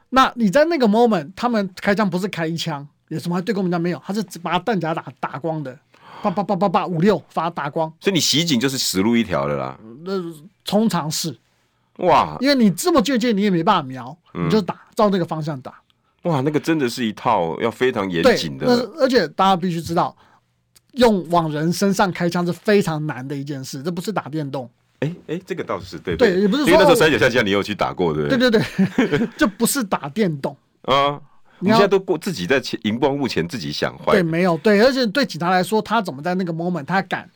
[SPEAKER 2] 那你在那个 moment，他们开枪不是开一枪，有什么对空鸣枪没有，他是只把弹夹打打光的，叭叭叭叭叭五六发打光，
[SPEAKER 1] 所以你袭警就是死路一条了啦。
[SPEAKER 2] 呃，通常是
[SPEAKER 1] 哇
[SPEAKER 2] 因为你这么近距离你也没办法瞄，
[SPEAKER 1] 嗯
[SPEAKER 2] 你就打照那个方向打。
[SPEAKER 1] 哇，那个真的是一套要非常严
[SPEAKER 2] 对
[SPEAKER 1] 谨，
[SPEAKER 2] 那是
[SPEAKER 1] 的，
[SPEAKER 2] 而且大家必须知道，用往人身上开枪是非常难的一件事，这不是打电动。
[SPEAKER 1] 哎哎，这个倒是对
[SPEAKER 2] 对也不是
[SPEAKER 1] 因为那时
[SPEAKER 2] 说
[SPEAKER 1] 候三脚下枪你有去打过，对不
[SPEAKER 2] 对对对， 这不是打电动。
[SPEAKER 1] 啊，你
[SPEAKER 2] 你要
[SPEAKER 1] 现在都过自己在前荧光幕前自己想坏
[SPEAKER 2] 对，，没有对，而且对警察来说，他怎么在那个 moment 他敢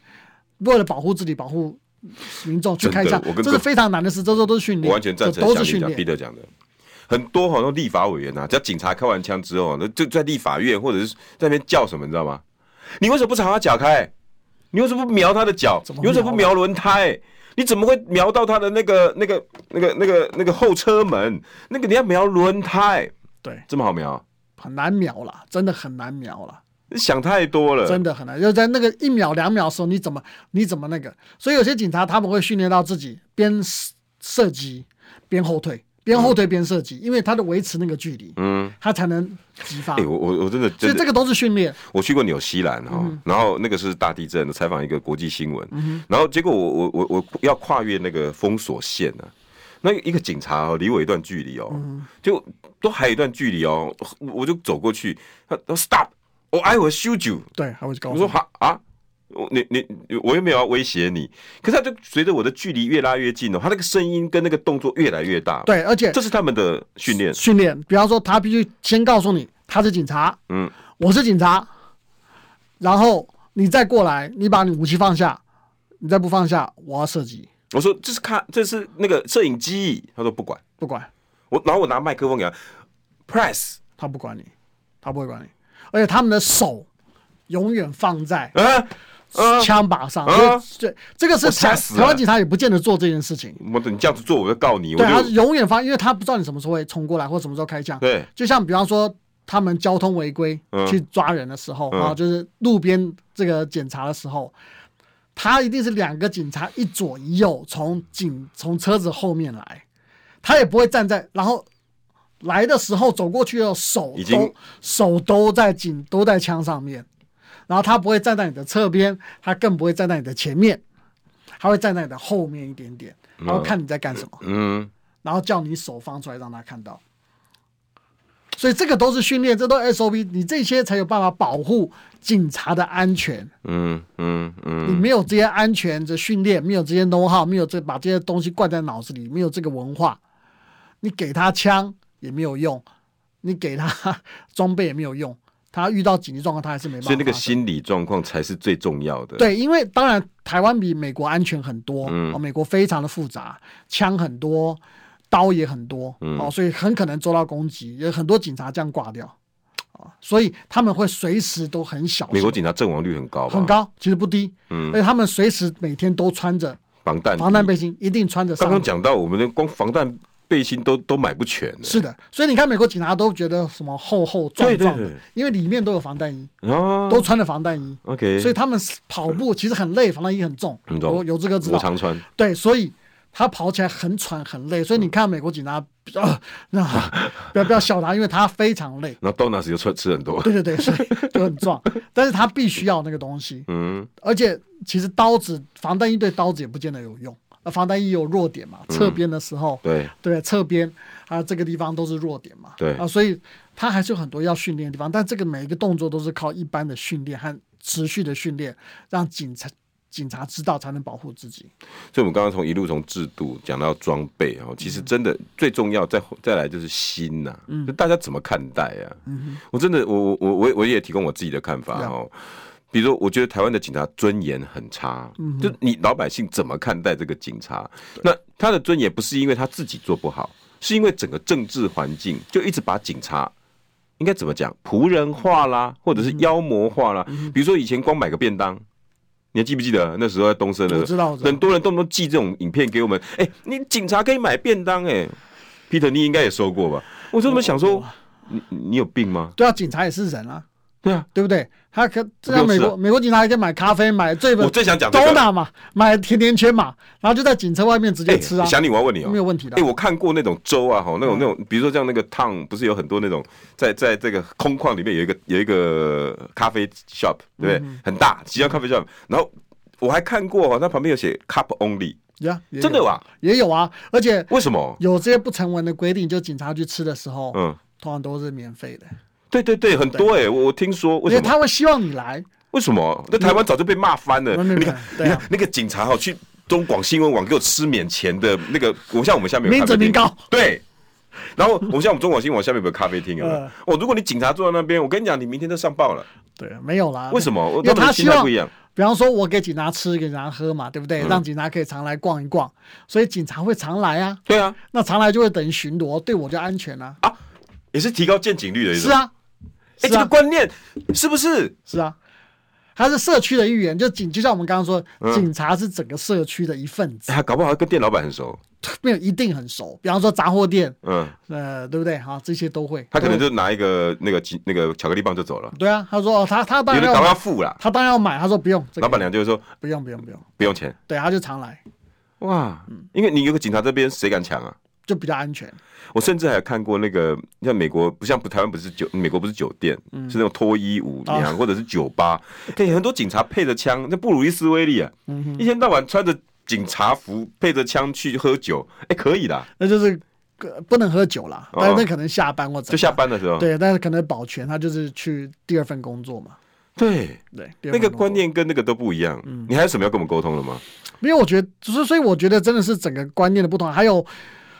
[SPEAKER 2] 为了保护自己、保护民众去
[SPEAKER 1] 真的
[SPEAKER 2] 开枪
[SPEAKER 1] 我，跟
[SPEAKER 2] 这
[SPEAKER 1] 各
[SPEAKER 2] 是非常难的事，这都都是训练，
[SPEAKER 1] 我完全赞
[SPEAKER 2] 这
[SPEAKER 1] 成
[SPEAKER 2] 都
[SPEAKER 1] 小林
[SPEAKER 2] 是训
[SPEAKER 1] 讲
[SPEAKER 2] 练。
[SPEAKER 1] Peter 讲的。很多好像立法委员啊，只要警察开完枪之后，那就在立法院或者是在那边叫什么，你知道吗？你为什么不朝他脚开？你为什么不瞄他的脚？
[SPEAKER 2] 怎么啊
[SPEAKER 1] 你为什么不瞄轮胎？你怎么会瞄到他的那个、那个、那个、那个、那个后车门？那个你要瞄轮胎，
[SPEAKER 2] 对，
[SPEAKER 1] 这么好瞄？啊
[SPEAKER 2] 很难瞄了，真的很难瞄了，
[SPEAKER 1] 你想太多了。
[SPEAKER 2] 真的很难。就在那个一秒、两秒的时候，你怎么你怎么那个？所以有些警察他们会训练到自己边射射击边后退，边后退边射击，因为他的维持那个距离，
[SPEAKER 1] 嗯，
[SPEAKER 2] 他才能击发
[SPEAKER 1] 哎、。我我我真的
[SPEAKER 2] 啊所
[SPEAKER 1] 真
[SPEAKER 2] 以
[SPEAKER 1] 的
[SPEAKER 2] 这个都嗯是训练，
[SPEAKER 1] 我去过纽西兰哈、然后那个是大地震，采访一个国际新闻，
[SPEAKER 2] 嗯
[SPEAKER 1] 然后结果我我我我要跨越那个封锁线呢、那一个警察哦，离我一段距离哦，
[SPEAKER 2] 嗯
[SPEAKER 1] 就都还有一段距离哦，我我就走过去，他他说 stop，我 I will shoot you，
[SPEAKER 2] 对，还会告
[SPEAKER 1] 我
[SPEAKER 2] 诉
[SPEAKER 1] 说
[SPEAKER 2] 你
[SPEAKER 1] 哈啊，我我你你我又没有要威胁你，可是他就随着我的距离越拉越近哦，他那个声音跟那个动作越来越大，，
[SPEAKER 2] 对，而且
[SPEAKER 1] 这是他们的训练，
[SPEAKER 2] 训练，比方说他必须先告诉你他是警察，
[SPEAKER 1] 嗯，
[SPEAKER 2] 我是警察，然后你再过来，你把你武器放下，你再不放下，我要射击，
[SPEAKER 1] 我说这是看这是那个摄影机，他说不管
[SPEAKER 2] 不管
[SPEAKER 1] 我，然后我拿麦克风给他 press
[SPEAKER 2] 他不管你，他不会管你，而且他们的手永远放在
[SPEAKER 1] 啊啊，
[SPEAKER 2] 枪靶上，
[SPEAKER 1] 啊
[SPEAKER 2] 所以这这个是
[SPEAKER 1] 我吓
[SPEAKER 2] 台
[SPEAKER 1] 死了
[SPEAKER 2] 台湾警察也不见得做这件事情。
[SPEAKER 1] 我你这样子做我就告你，我
[SPEAKER 2] 对，他是
[SPEAKER 1] 就
[SPEAKER 2] 永远发，因为他不知道你什么时候会冲过来，或什么时候开枪。
[SPEAKER 1] 对
[SPEAKER 2] 就像比方说他们交通违规
[SPEAKER 1] 嗯
[SPEAKER 2] 去抓人的时候，
[SPEAKER 1] 嗯
[SPEAKER 2] 啊，就是路边这个检查的时候，他一定是两个警察一左一右从警从车子后面来，他也不会站在，然后来的时候走过去的手
[SPEAKER 1] 已经
[SPEAKER 2] 都手都在警都在枪上面，然后他不会站在你的侧边，他更不会站在你的前面，他会站在你的后面一点点，然后看你在干什么。
[SPEAKER 1] 嗯。
[SPEAKER 2] 然后叫你手放出来让他看到。所以这个都是训练，这都 SOP，你这些才有办法保护警察的安全。
[SPEAKER 1] 嗯嗯
[SPEAKER 2] 你
[SPEAKER 1] 嗯，
[SPEAKER 2] 没有这些安全的训练，没有这些 know how，没有这把这些东西灌在脑子里，没有这个文化，你给他枪也没有用，你给他 装备也没有用，他遇到紧急状况他还是没办法
[SPEAKER 1] 所
[SPEAKER 2] 发
[SPEAKER 1] 以那
[SPEAKER 2] 生。
[SPEAKER 1] 个心理状况才是最重要的。，
[SPEAKER 2] 对，因为当然台湾比美国安全很多，
[SPEAKER 1] 嗯
[SPEAKER 2] 哦，美国非常的复杂，枪很多，刀也很多，
[SPEAKER 1] 嗯
[SPEAKER 2] 哦，所以很可能遭到攻击，有很多警察这样挂掉，哦，所以他们会随时都很小心，
[SPEAKER 1] 美国警察阵亡率很高吧？
[SPEAKER 2] 很，高，其实不低，
[SPEAKER 1] 嗯
[SPEAKER 2] 而且他们随时每天都穿着
[SPEAKER 1] 防弹
[SPEAKER 2] 防弹背心，一定穿着上
[SPEAKER 1] 刚
[SPEAKER 2] 衣
[SPEAKER 1] 刚讲到，我们的光防弹背心都都买不全呢。
[SPEAKER 2] 是的，所以你看美国警察都觉得什么厚厚壮壮的，
[SPEAKER 1] 对对对
[SPEAKER 2] 因为里面都有防弹衣，
[SPEAKER 1] 啊，
[SPEAKER 2] 都穿着防弹衣，
[SPEAKER 1] OK，
[SPEAKER 2] 所以他们跑步其实很累，防弹衣很重，
[SPEAKER 1] 很重
[SPEAKER 2] 有有这个知道
[SPEAKER 1] 我。常穿，
[SPEAKER 2] 对，所以他跑起来很喘很累，所以你看美国警察，呃，那不要不要笑他，因为他非常累。
[SPEAKER 1] 然后 donuts 就吃吃很多。
[SPEAKER 2] 对对对，所以就很壮，但是他必须要那个东西，
[SPEAKER 1] 嗯
[SPEAKER 2] 而且其实刀子防弹衣对刀子也不见得有用，呃，防弹衣有弱点嘛，侧边的时候，
[SPEAKER 1] 对
[SPEAKER 2] 对侧边啊这个地方都是弱点嘛，
[SPEAKER 1] 对
[SPEAKER 2] 啊，所以他还是有很多要训练的地方，但这个每一个动作都是靠一般的训练和持续的训练，让警察警察知道才能保护自己。
[SPEAKER 1] 所以我们刚刚从一路从制度讲到装备哦，其实真的最重要，再再来就是心呐、就大家怎么看待啊？我真的，我我我我我也提供我自己的看法哦。比如说，我觉得台湾的警察尊严很差，就你老百姓怎么看待这个警察？那他的尊严不是因为他自己做不好，是因为整个政治环境就一直把警察应该怎么讲仆人化啦，或者是妖魔化啦。比如说以前光买个便当，你还记不记得那时候在东森的？
[SPEAKER 2] 我知道我知道
[SPEAKER 1] 很多人动不动寄这种影片给我们。哎、你警察可以买便当哎、p e t e r 你应该也收过吧？我这么想说，你你你有病吗？
[SPEAKER 2] 对啊，警察也是人啊，
[SPEAKER 1] 啊对啊，
[SPEAKER 2] 对不对？他可
[SPEAKER 1] 不
[SPEAKER 2] 这样美
[SPEAKER 1] 是啊
[SPEAKER 2] 国、美国警察还可以买咖啡、买最
[SPEAKER 1] 我最想讲这个
[SPEAKER 2] donut 嘛，买甜甜圈嘛，然后就在警车外面直
[SPEAKER 1] 哎、
[SPEAKER 2] 接吃啊，
[SPEAKER 1] 想你，我要问你哦、
[SPEAKER 2] 没有问题的
[SPEAKER 1] 哎、。我看过那种粥啊，哈，那种那种，比如说像那个烫，不是有很多那种，在在这个空旷里面有一个有一个咖啡 shop，对不对？很大，即将咖啡 shop。然后我还看过哦，它旁边有写 cup only，
[SPEAKER 2] 呀，也有
[SPEAKER 1] 真的哦哇？
[SPEAKER 2] 也有啊，而且
[SPEAKER 1] 为什么？
[SPEAKER 2] 有这些不成文的规定，就警察去吃的时候，
[SPEAKER 1] 嗯，
[SPEAKER 2] 通常都是免费的，
[SPEAKER 1] 对对对，很多哎、我我听说为
[SPEAKER 2] 因
[SPEAKER 1] 什
[SPEAKER 2] 为
[SPEAKER 1] 么？
[SPEAKER 2] 他会希望你来。
[SPEAKER 1] 为什么？在台湾早就被骂翻了。
[SPEAKER 2] 没有
[SPEAKER 1] 你看，
[SPEAKER 2] 没有对
[SPEAKER 1] 你
[SPEAKER 2] 啊
[SPEAKER 1] 看那个警察哈，去中广新闻网给我吃免钱的那个，我像我们下面有
[SPEAKER 2] 民
[SPEAKER 1] 咖
[SPEAKER 2] 脂
[SPEAKER 1] 啡
[SPEAKER 2] 民
[SPEAKER 1] 厅
[SPEAKER 2] 膏，
[SPEAKER 1] 对。然后我们像我们中广新闻网下面有个咖啡厅啊
[SPEAKER 2] 呃，
[SPEAKER 1] 哦，如果你警察坐在那边，我跟你讲，你明天就上报了。
[SPEAKER 2] 对，没有啦。
[SPEAKER 1] 为什么
[SPEAKER 2] 因为
[SPEAKER 1] 他们
[SPEAKER 2] 他
[SPEAKER 1] 的心
[SPEAKER 2] 希
[SPEAKER 1] 态
[SPEAKER 2] 望
[SPEAKER 1] 不一样。
[SPEAKER 2] 比方说，我给警察吃，给警察喝嘛，对不对？让警察可以常来逛一逛，所以警察会常来啊。
[SPEAKER 1] 对啊，
[SPEAKER 2] 那常来就会等于巡逻，对我就安全啊。
[SPEAKER 1] 也是提高见警率的一种。
[SPEAKER 2] 是，啊，
[SPEAKER 1] 哎，
[SPEAKER 2] 是
[SPEAKER 1] 这
[SPEAKER 2] 啊
[SPEAKER 1] 个观念是不是？
[SPEAKER 2] 是啊，他是社区的一员，就警，就像我们刚刚说，
[SPEAKER 1] 嗯
[SPEAKER 2] 警察是整个社区的一份子，
[SPEAKER 1] 哎呀，搞不好跟店老板很熟。
[SPEAKER 2] 没有一定很熟。比方说杂货店，
[SPEAKER 1] 嗯，
[SPEAKER 2] 呃，对不对？哈、这些都会。
[SPEAKER 1] 他可能
[SPEAKER 2] 都会
[SPEAKER 1] 就拿一个那个那个巧克力棒就走了，
[SPEAKER 2] 对啊，他说哦，他他
[SPEAKER 1] 有
[SPEAKER 2] 当
[SPEAKER 1] 人
[SPEAKER 2] 然
[SPEAKER 1] 搞
[SPEAKER 2] 要
[SPEAKER 1] 不好要
[SPEAKER 2] 买，
[SPEAKER 1] 付啦。
[SPEAKER 2] 他当然要买，他说不用，这个
[SPEAKER 1] 老板娘就会说
[SPEAKER 2] 不用不用不用，
[SPEAKER 1] 不用钱。
[SPEAKER 2] 对，他就常来，
[SPEAKER 1] 哇，因为你有个警察这边，谁敢抢啊？
[SPEAKER 2] 就比较安全。
[SPEAKER 1] 我甚至还有看过那个，像美国不像不台湾不是酒，美国不是酒店，
[SPEAKER 2] 嗯
[SPEAKER 1] 是那种脱衣舞
[SPEAKER 2] 哦
[SPEAKER 1] 娘、或者是酒 吧，可以很多警察配着枪，那布鲁伊斯威利啊，
[SPEAKER 2] 嗯
[SPEAKER 1] 一天到晚穿着警察服配着枪去喝酒，哎、可以的，
[SPEAKER 2] 那就是、呃不能喝酒啦，
[SPEAKER 1] 哦
[SPEAKER 2] 但是那可能下班或怎么样
[SPEAKER 1] 就下班的时候，
[SPEAKER 2] 对，但是可能保全他就是去第二份工作嘛，
[SPEAKER 1] 对，
[SPEAKER 2] 对，嗯
[SPEAKER 1] 那个观，念跟那个都不一样。你还有什么要跟我们沟通的吗？
[SPEAKER 2] 因为我觉得，只是所以我觉得真的是整个观念的不同，还有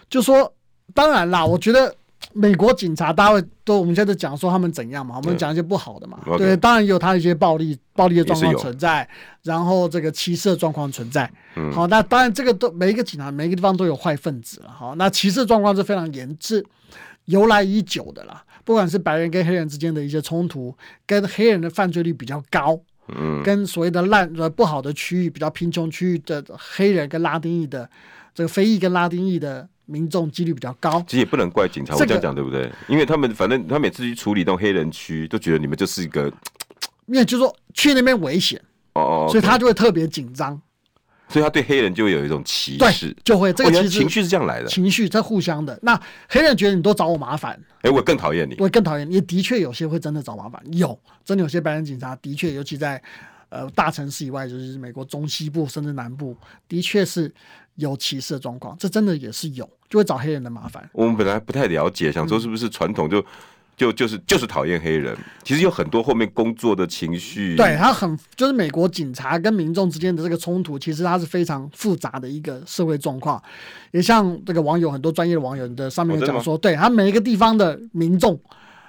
[SPEAKER 2] 就说，当然啦，我觉得。美国警察，大家会都我们现在讲说他们怎样嘛，我们
[SPEAKER 1] 嗯
[SPEAKER 2] 讲一些不好的嘛，
[SPEAKER 1] OK
[SPEAKER 2] 对，当然也有他一些暴力、暴力的状
[SPEAKER 1] 也
[SPEAKER 2] 况
[SPEAKER 1] 是有
[SPEAKER 2] 存在，然后这个歧视的状况存在，
[SPEAKER 1] 嗯，
[SPEAKER 2] 好，那当然这个都每一个警察每一个地方都有坏分子了。好，那歧视状况是非常严是由来已久的啦。不管是白人跟黑人之间的一些冲突，跟黑人的犯罪率比较高，
[SPEAKER 1] 嗯，
[SPEAKER 2] 跟所谓的烂呃不好的区域、比较贫穷区域的黑人跟拉丁裔的这个非裔跟拉丁裔的民众几率比较高。
[SPEAKER 1] 其实也不能怪警察，
[SPEAKER 2] 这个
[SPEAKER 1] 我这样讲对不对？因为他们反正他每次去处理那种黑人区，都觉得你们就是一个
[SPEAKER 2] 因为就是说去那边危险，
[SPEAKER 1] 哦哦，
[SPEAKER 2] 所以
[SPEAKER 1] OK
[SPEAKER 2] 他就会特别紧张，
[SPEAKER 1] 所以他对黑人就会有一种歧
[SPEAKER 2] 对
[SPEAKER 1] 视，。
[SPEAKER 2] 就会这
[SPEAKER 1] 哦
[SPEAKER 2] 个
[SPEAKER 1] 原来
[SPEAKER 2] 其实
[SPEAKER 1] 情绪是这样来的。
[SPEAKER 2] 情绪它互相的。那黑人觉得你都找我麻烦，
[SPEAKER 1] 哎，我更讨厌你。
[SPEAKER 2] 我更讨厌，也的确有些会真的找麻烦，有真的有些白人警察的确，尤其在呃大城市以外，就是美国中西部甚至南部，的确是有歧视的状况，这真的也是有，就会找黑人的麻烦。
[SPEAKER 1] 我们本来不太了
[SPEAKER 2] 嗯
[SPEAKER 1] 解，想说是不是传统就就就是就是讨厌黑人，其实有很多后面工作的情绪。
[SPEAKER 2] 对，他很就是美国警察跟民众之间的这个冲突，其实它是非常复杂的一个社会状况。也像这个网友很多专业的网友的上面
[SPEAKER 1] 哦
[SPEAKER 2] 有
[SPEAKER 1] 真的
[SPEAKER 2] 讲说，对他每一个地方的民众，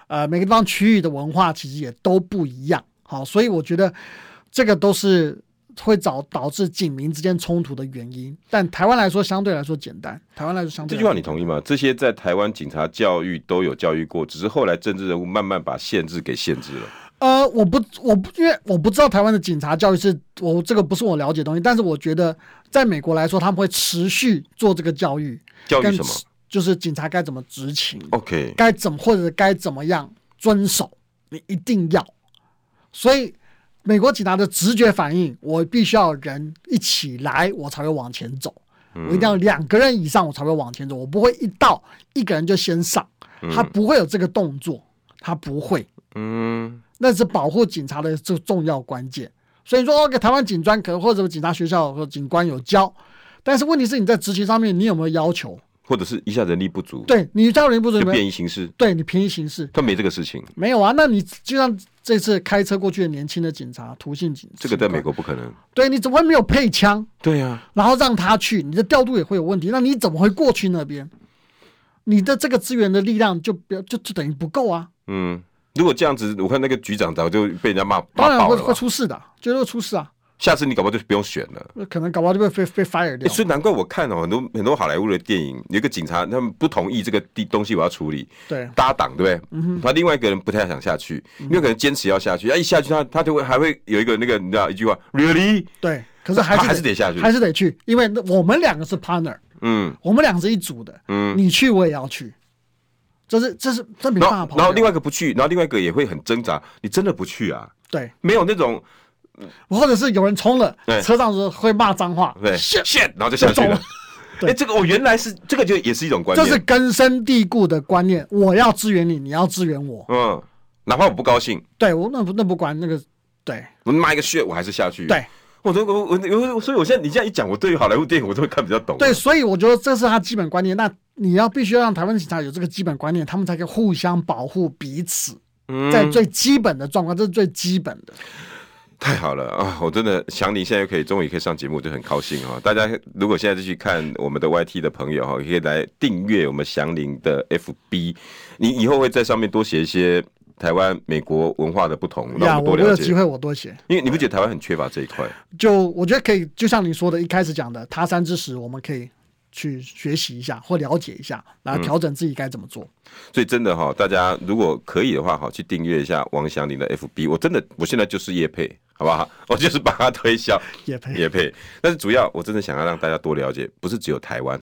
[SPEAKER 2] 呃，每个地方区域的文化其实也都不一样。好，所以我觉得这个都是会导导致警民之间冲突的原因。但台湾来说，相对来说简单，台湾来说相
[SPEAKER 1] 这
[SPEAKER 2] 对来
[SPEAKER 1] 句话你同意吗？这些在台湾警察教育都有教育过，只是后来政治人物慢慢把限制给限制了。
[SPEAKER 2] 呃，我不，我不，因为我不知道台湾的警察教育是我这个不是我了解的东西，但是我觉得在美国来说，他们会持续做这个教育，
[SPEAKER 1] 教育
[SPEAKER 2] 跟
[SPEAKER 1] 什么
[SPEAKER 2] 就是警察该怎么执勤，
[SPEAKER 1] ？OK，
[SPEAKER 2] 该怎么或者该怎么样遵守，你一定要。所以美国警察的直觉反应，我必须要人一起来，我才会往前走。
[SPEAKER 1] 嗯
[SPEAKER 2] 我一定要两个人以上，我才会往前走。我不会一到一个人就先上，他不会有这个动作，他不会。
[SPEAKER 1] 嗯，
[SPEAKER 2] 那是保护警察的这重要关键。所以说，哦，给台湾警专可能或者警察学校和警官有教，但是问题是你在执勤上面你有没有要求？
[SPEAKER 1] 或者是一下人力不足，
[SPEAKER 2] 对你教人不准
[SPEAKER 1] 就
[SPEAKER 2] 有没有？
[SPEAKER 1] 便宜行事，
[SPEAKER 2] 对你便宜行事
[SPEAKER 1] 他没这个事情，
[SPEAKER 2] 没有啊？那你就像这次开车过去的年轻的警察，途径警，
[SPEAKER 1] 这个在美
[SPEAKER 2] 警
[SPEAKER 1] 国不可能。
[SPEAKER 2] 官，对你怎么会没有配枪，
[SPEAKER 1] 对啊呀，
[SPEAKER 2] 然后让他去？你的调度也会有问题，那你怎么会过去那边？你的这个资源的力量就不要就就等于不够啊，
[SPEAKER 1] 嗯，如果这样子，我看那个局长早就被人家骂
[SPEAKER 2] 当
[SPEAKER 1] 骂
[SPEAKER 2] 然
[SPEAKER 1] 爆
[SPEAKER 2] 会
[SPEAKER 1] 了
[SPEAKER 2] 会
[SPEAKER 1] 吧。
[SPEAKER 2] 出事的，绝对会出事啊，
[SPEAKER 1] 下次你搞不好就不用选了。
[SPEAKER 2] 可能搞不好就被被被 fire
[SPEAKER 1] 欸
[SPEAKER 2] 掉。
[SPEAKER 1] 所以难怪我看哦，很多很多好莱坞的电影，有一个警察他们不同意这个地东西我要处理，
[SPEAKER 2] 对，
[SPEAKER 1] 搭档对不对？
[SPEAKER 2] 嗯
[SPEAKER 1] 他另外一个人不太想下去，因为可能坚持要下去，他一下去他他就会还会有一个那个你知道一句话，really，
[SPEAKER 2] 对，可是还是
[SPEAKER 1] 还是得下去
[SPEAKER 2] 还是得去，因为那我们两个是 partner，
[SPEAKER 1] 嗯
[SPEAKER 2] 我们两个是一组的，
[SPEAKER 1] 嗯。
[SPEAKER 2] 你去我也要去，这是这是这没
[SPEAKER 1] 然
[SPEAKER 2] 办法
[SPEAKER 1] 后
[SPEAKER 2] 跑掉。
[SPEAKER 1] 然后另外一个不去，然后另外一个也会很挣扎，你真的不去啊？
[SPEAKER 2] 对，
[SPEAKER 1] 没有那种
[SPEAKER 2] 或者是有人冲了
[SPEAKER 1] 对，
[SPEAKER 2] 车上是会骂脏话，
[SPEAKER 1] 对
[SPEAKER 2] Shit，
[SPEAKER 1] shit，然后就下去
[SPEAKER 2] 就
[SPEAKER 1] 了
[SPEAKER 2] 走了。
[SPEAKER 1] 哎、
[SPEAKER 2] 对
[SPEAKER 1] 这个我原来是这个就也是一种观
[SPEAKER 2] 这
[SPEAKER 1] 念，
[SPEAKER 2] 是根深蒂固的观念。我要支援你，你要支援我，
[SPEAKER 1] 嗯，哪怕我不高兴，
[SPEAKER 2] 对我那不那不管那个，对
[SPEAKER 1] 我骂一个 shit，我还是下去。
[SPEAKER 2] 对，
[SPEAKER 1] 我都我我我，所以我现在你这样一讲，我对于好莱坞电影我都会看比较懂。
[SPEAKER 2] 对，所以我觉得这是他基本观念。那你要必须要让台湾的警察有这个基本观念，他们才可以互相保护彼此，
[SPEAKER 1] 嗯，
[SPEAKER 2] 在最基本的状况，这是最基本的。
[SPEAKER 1] 太好了啊！我真的想你现在又可以终于可以上节目，我就很高兴哈、大家如果现在就去看我们的 YT 的朋友哈、也可以来订阅我们祥林的 FB。你以后会在上面多写一些台湾、美国文化的不同，让
[SPEAKER 2] 呀，
[SPEAKER 1] 我们
[SPEAKER 2] 我
[SPEAKER 1] 多
[SPEAKER 2] 我有
[SPEAKER 1] 了
[SPEAKER 2] 机
[SPEAKER 1] 解。
[SPEAKER 2] 会我多写。
[SPEAKER 1] 因为你不觉得台湾很缺乏这一块？
[SPEAKER 2] 就我觉得可以，就像你说的，一开始讲的，他山之石，我们可以去学习一下或了解一下，然后调整自己该怎么做。
[SPEAKER 1] 所以真的哈、大家如果可以的话哈、去订阅一下王祥林的 FB。我真的，我现在就是叶配，好不好？ 我就是把它推销。
[SPEAKER 2] 也配
[SPEAKER 1] 也配。但是主要我真的想要让大家多了解，不是只有台湾，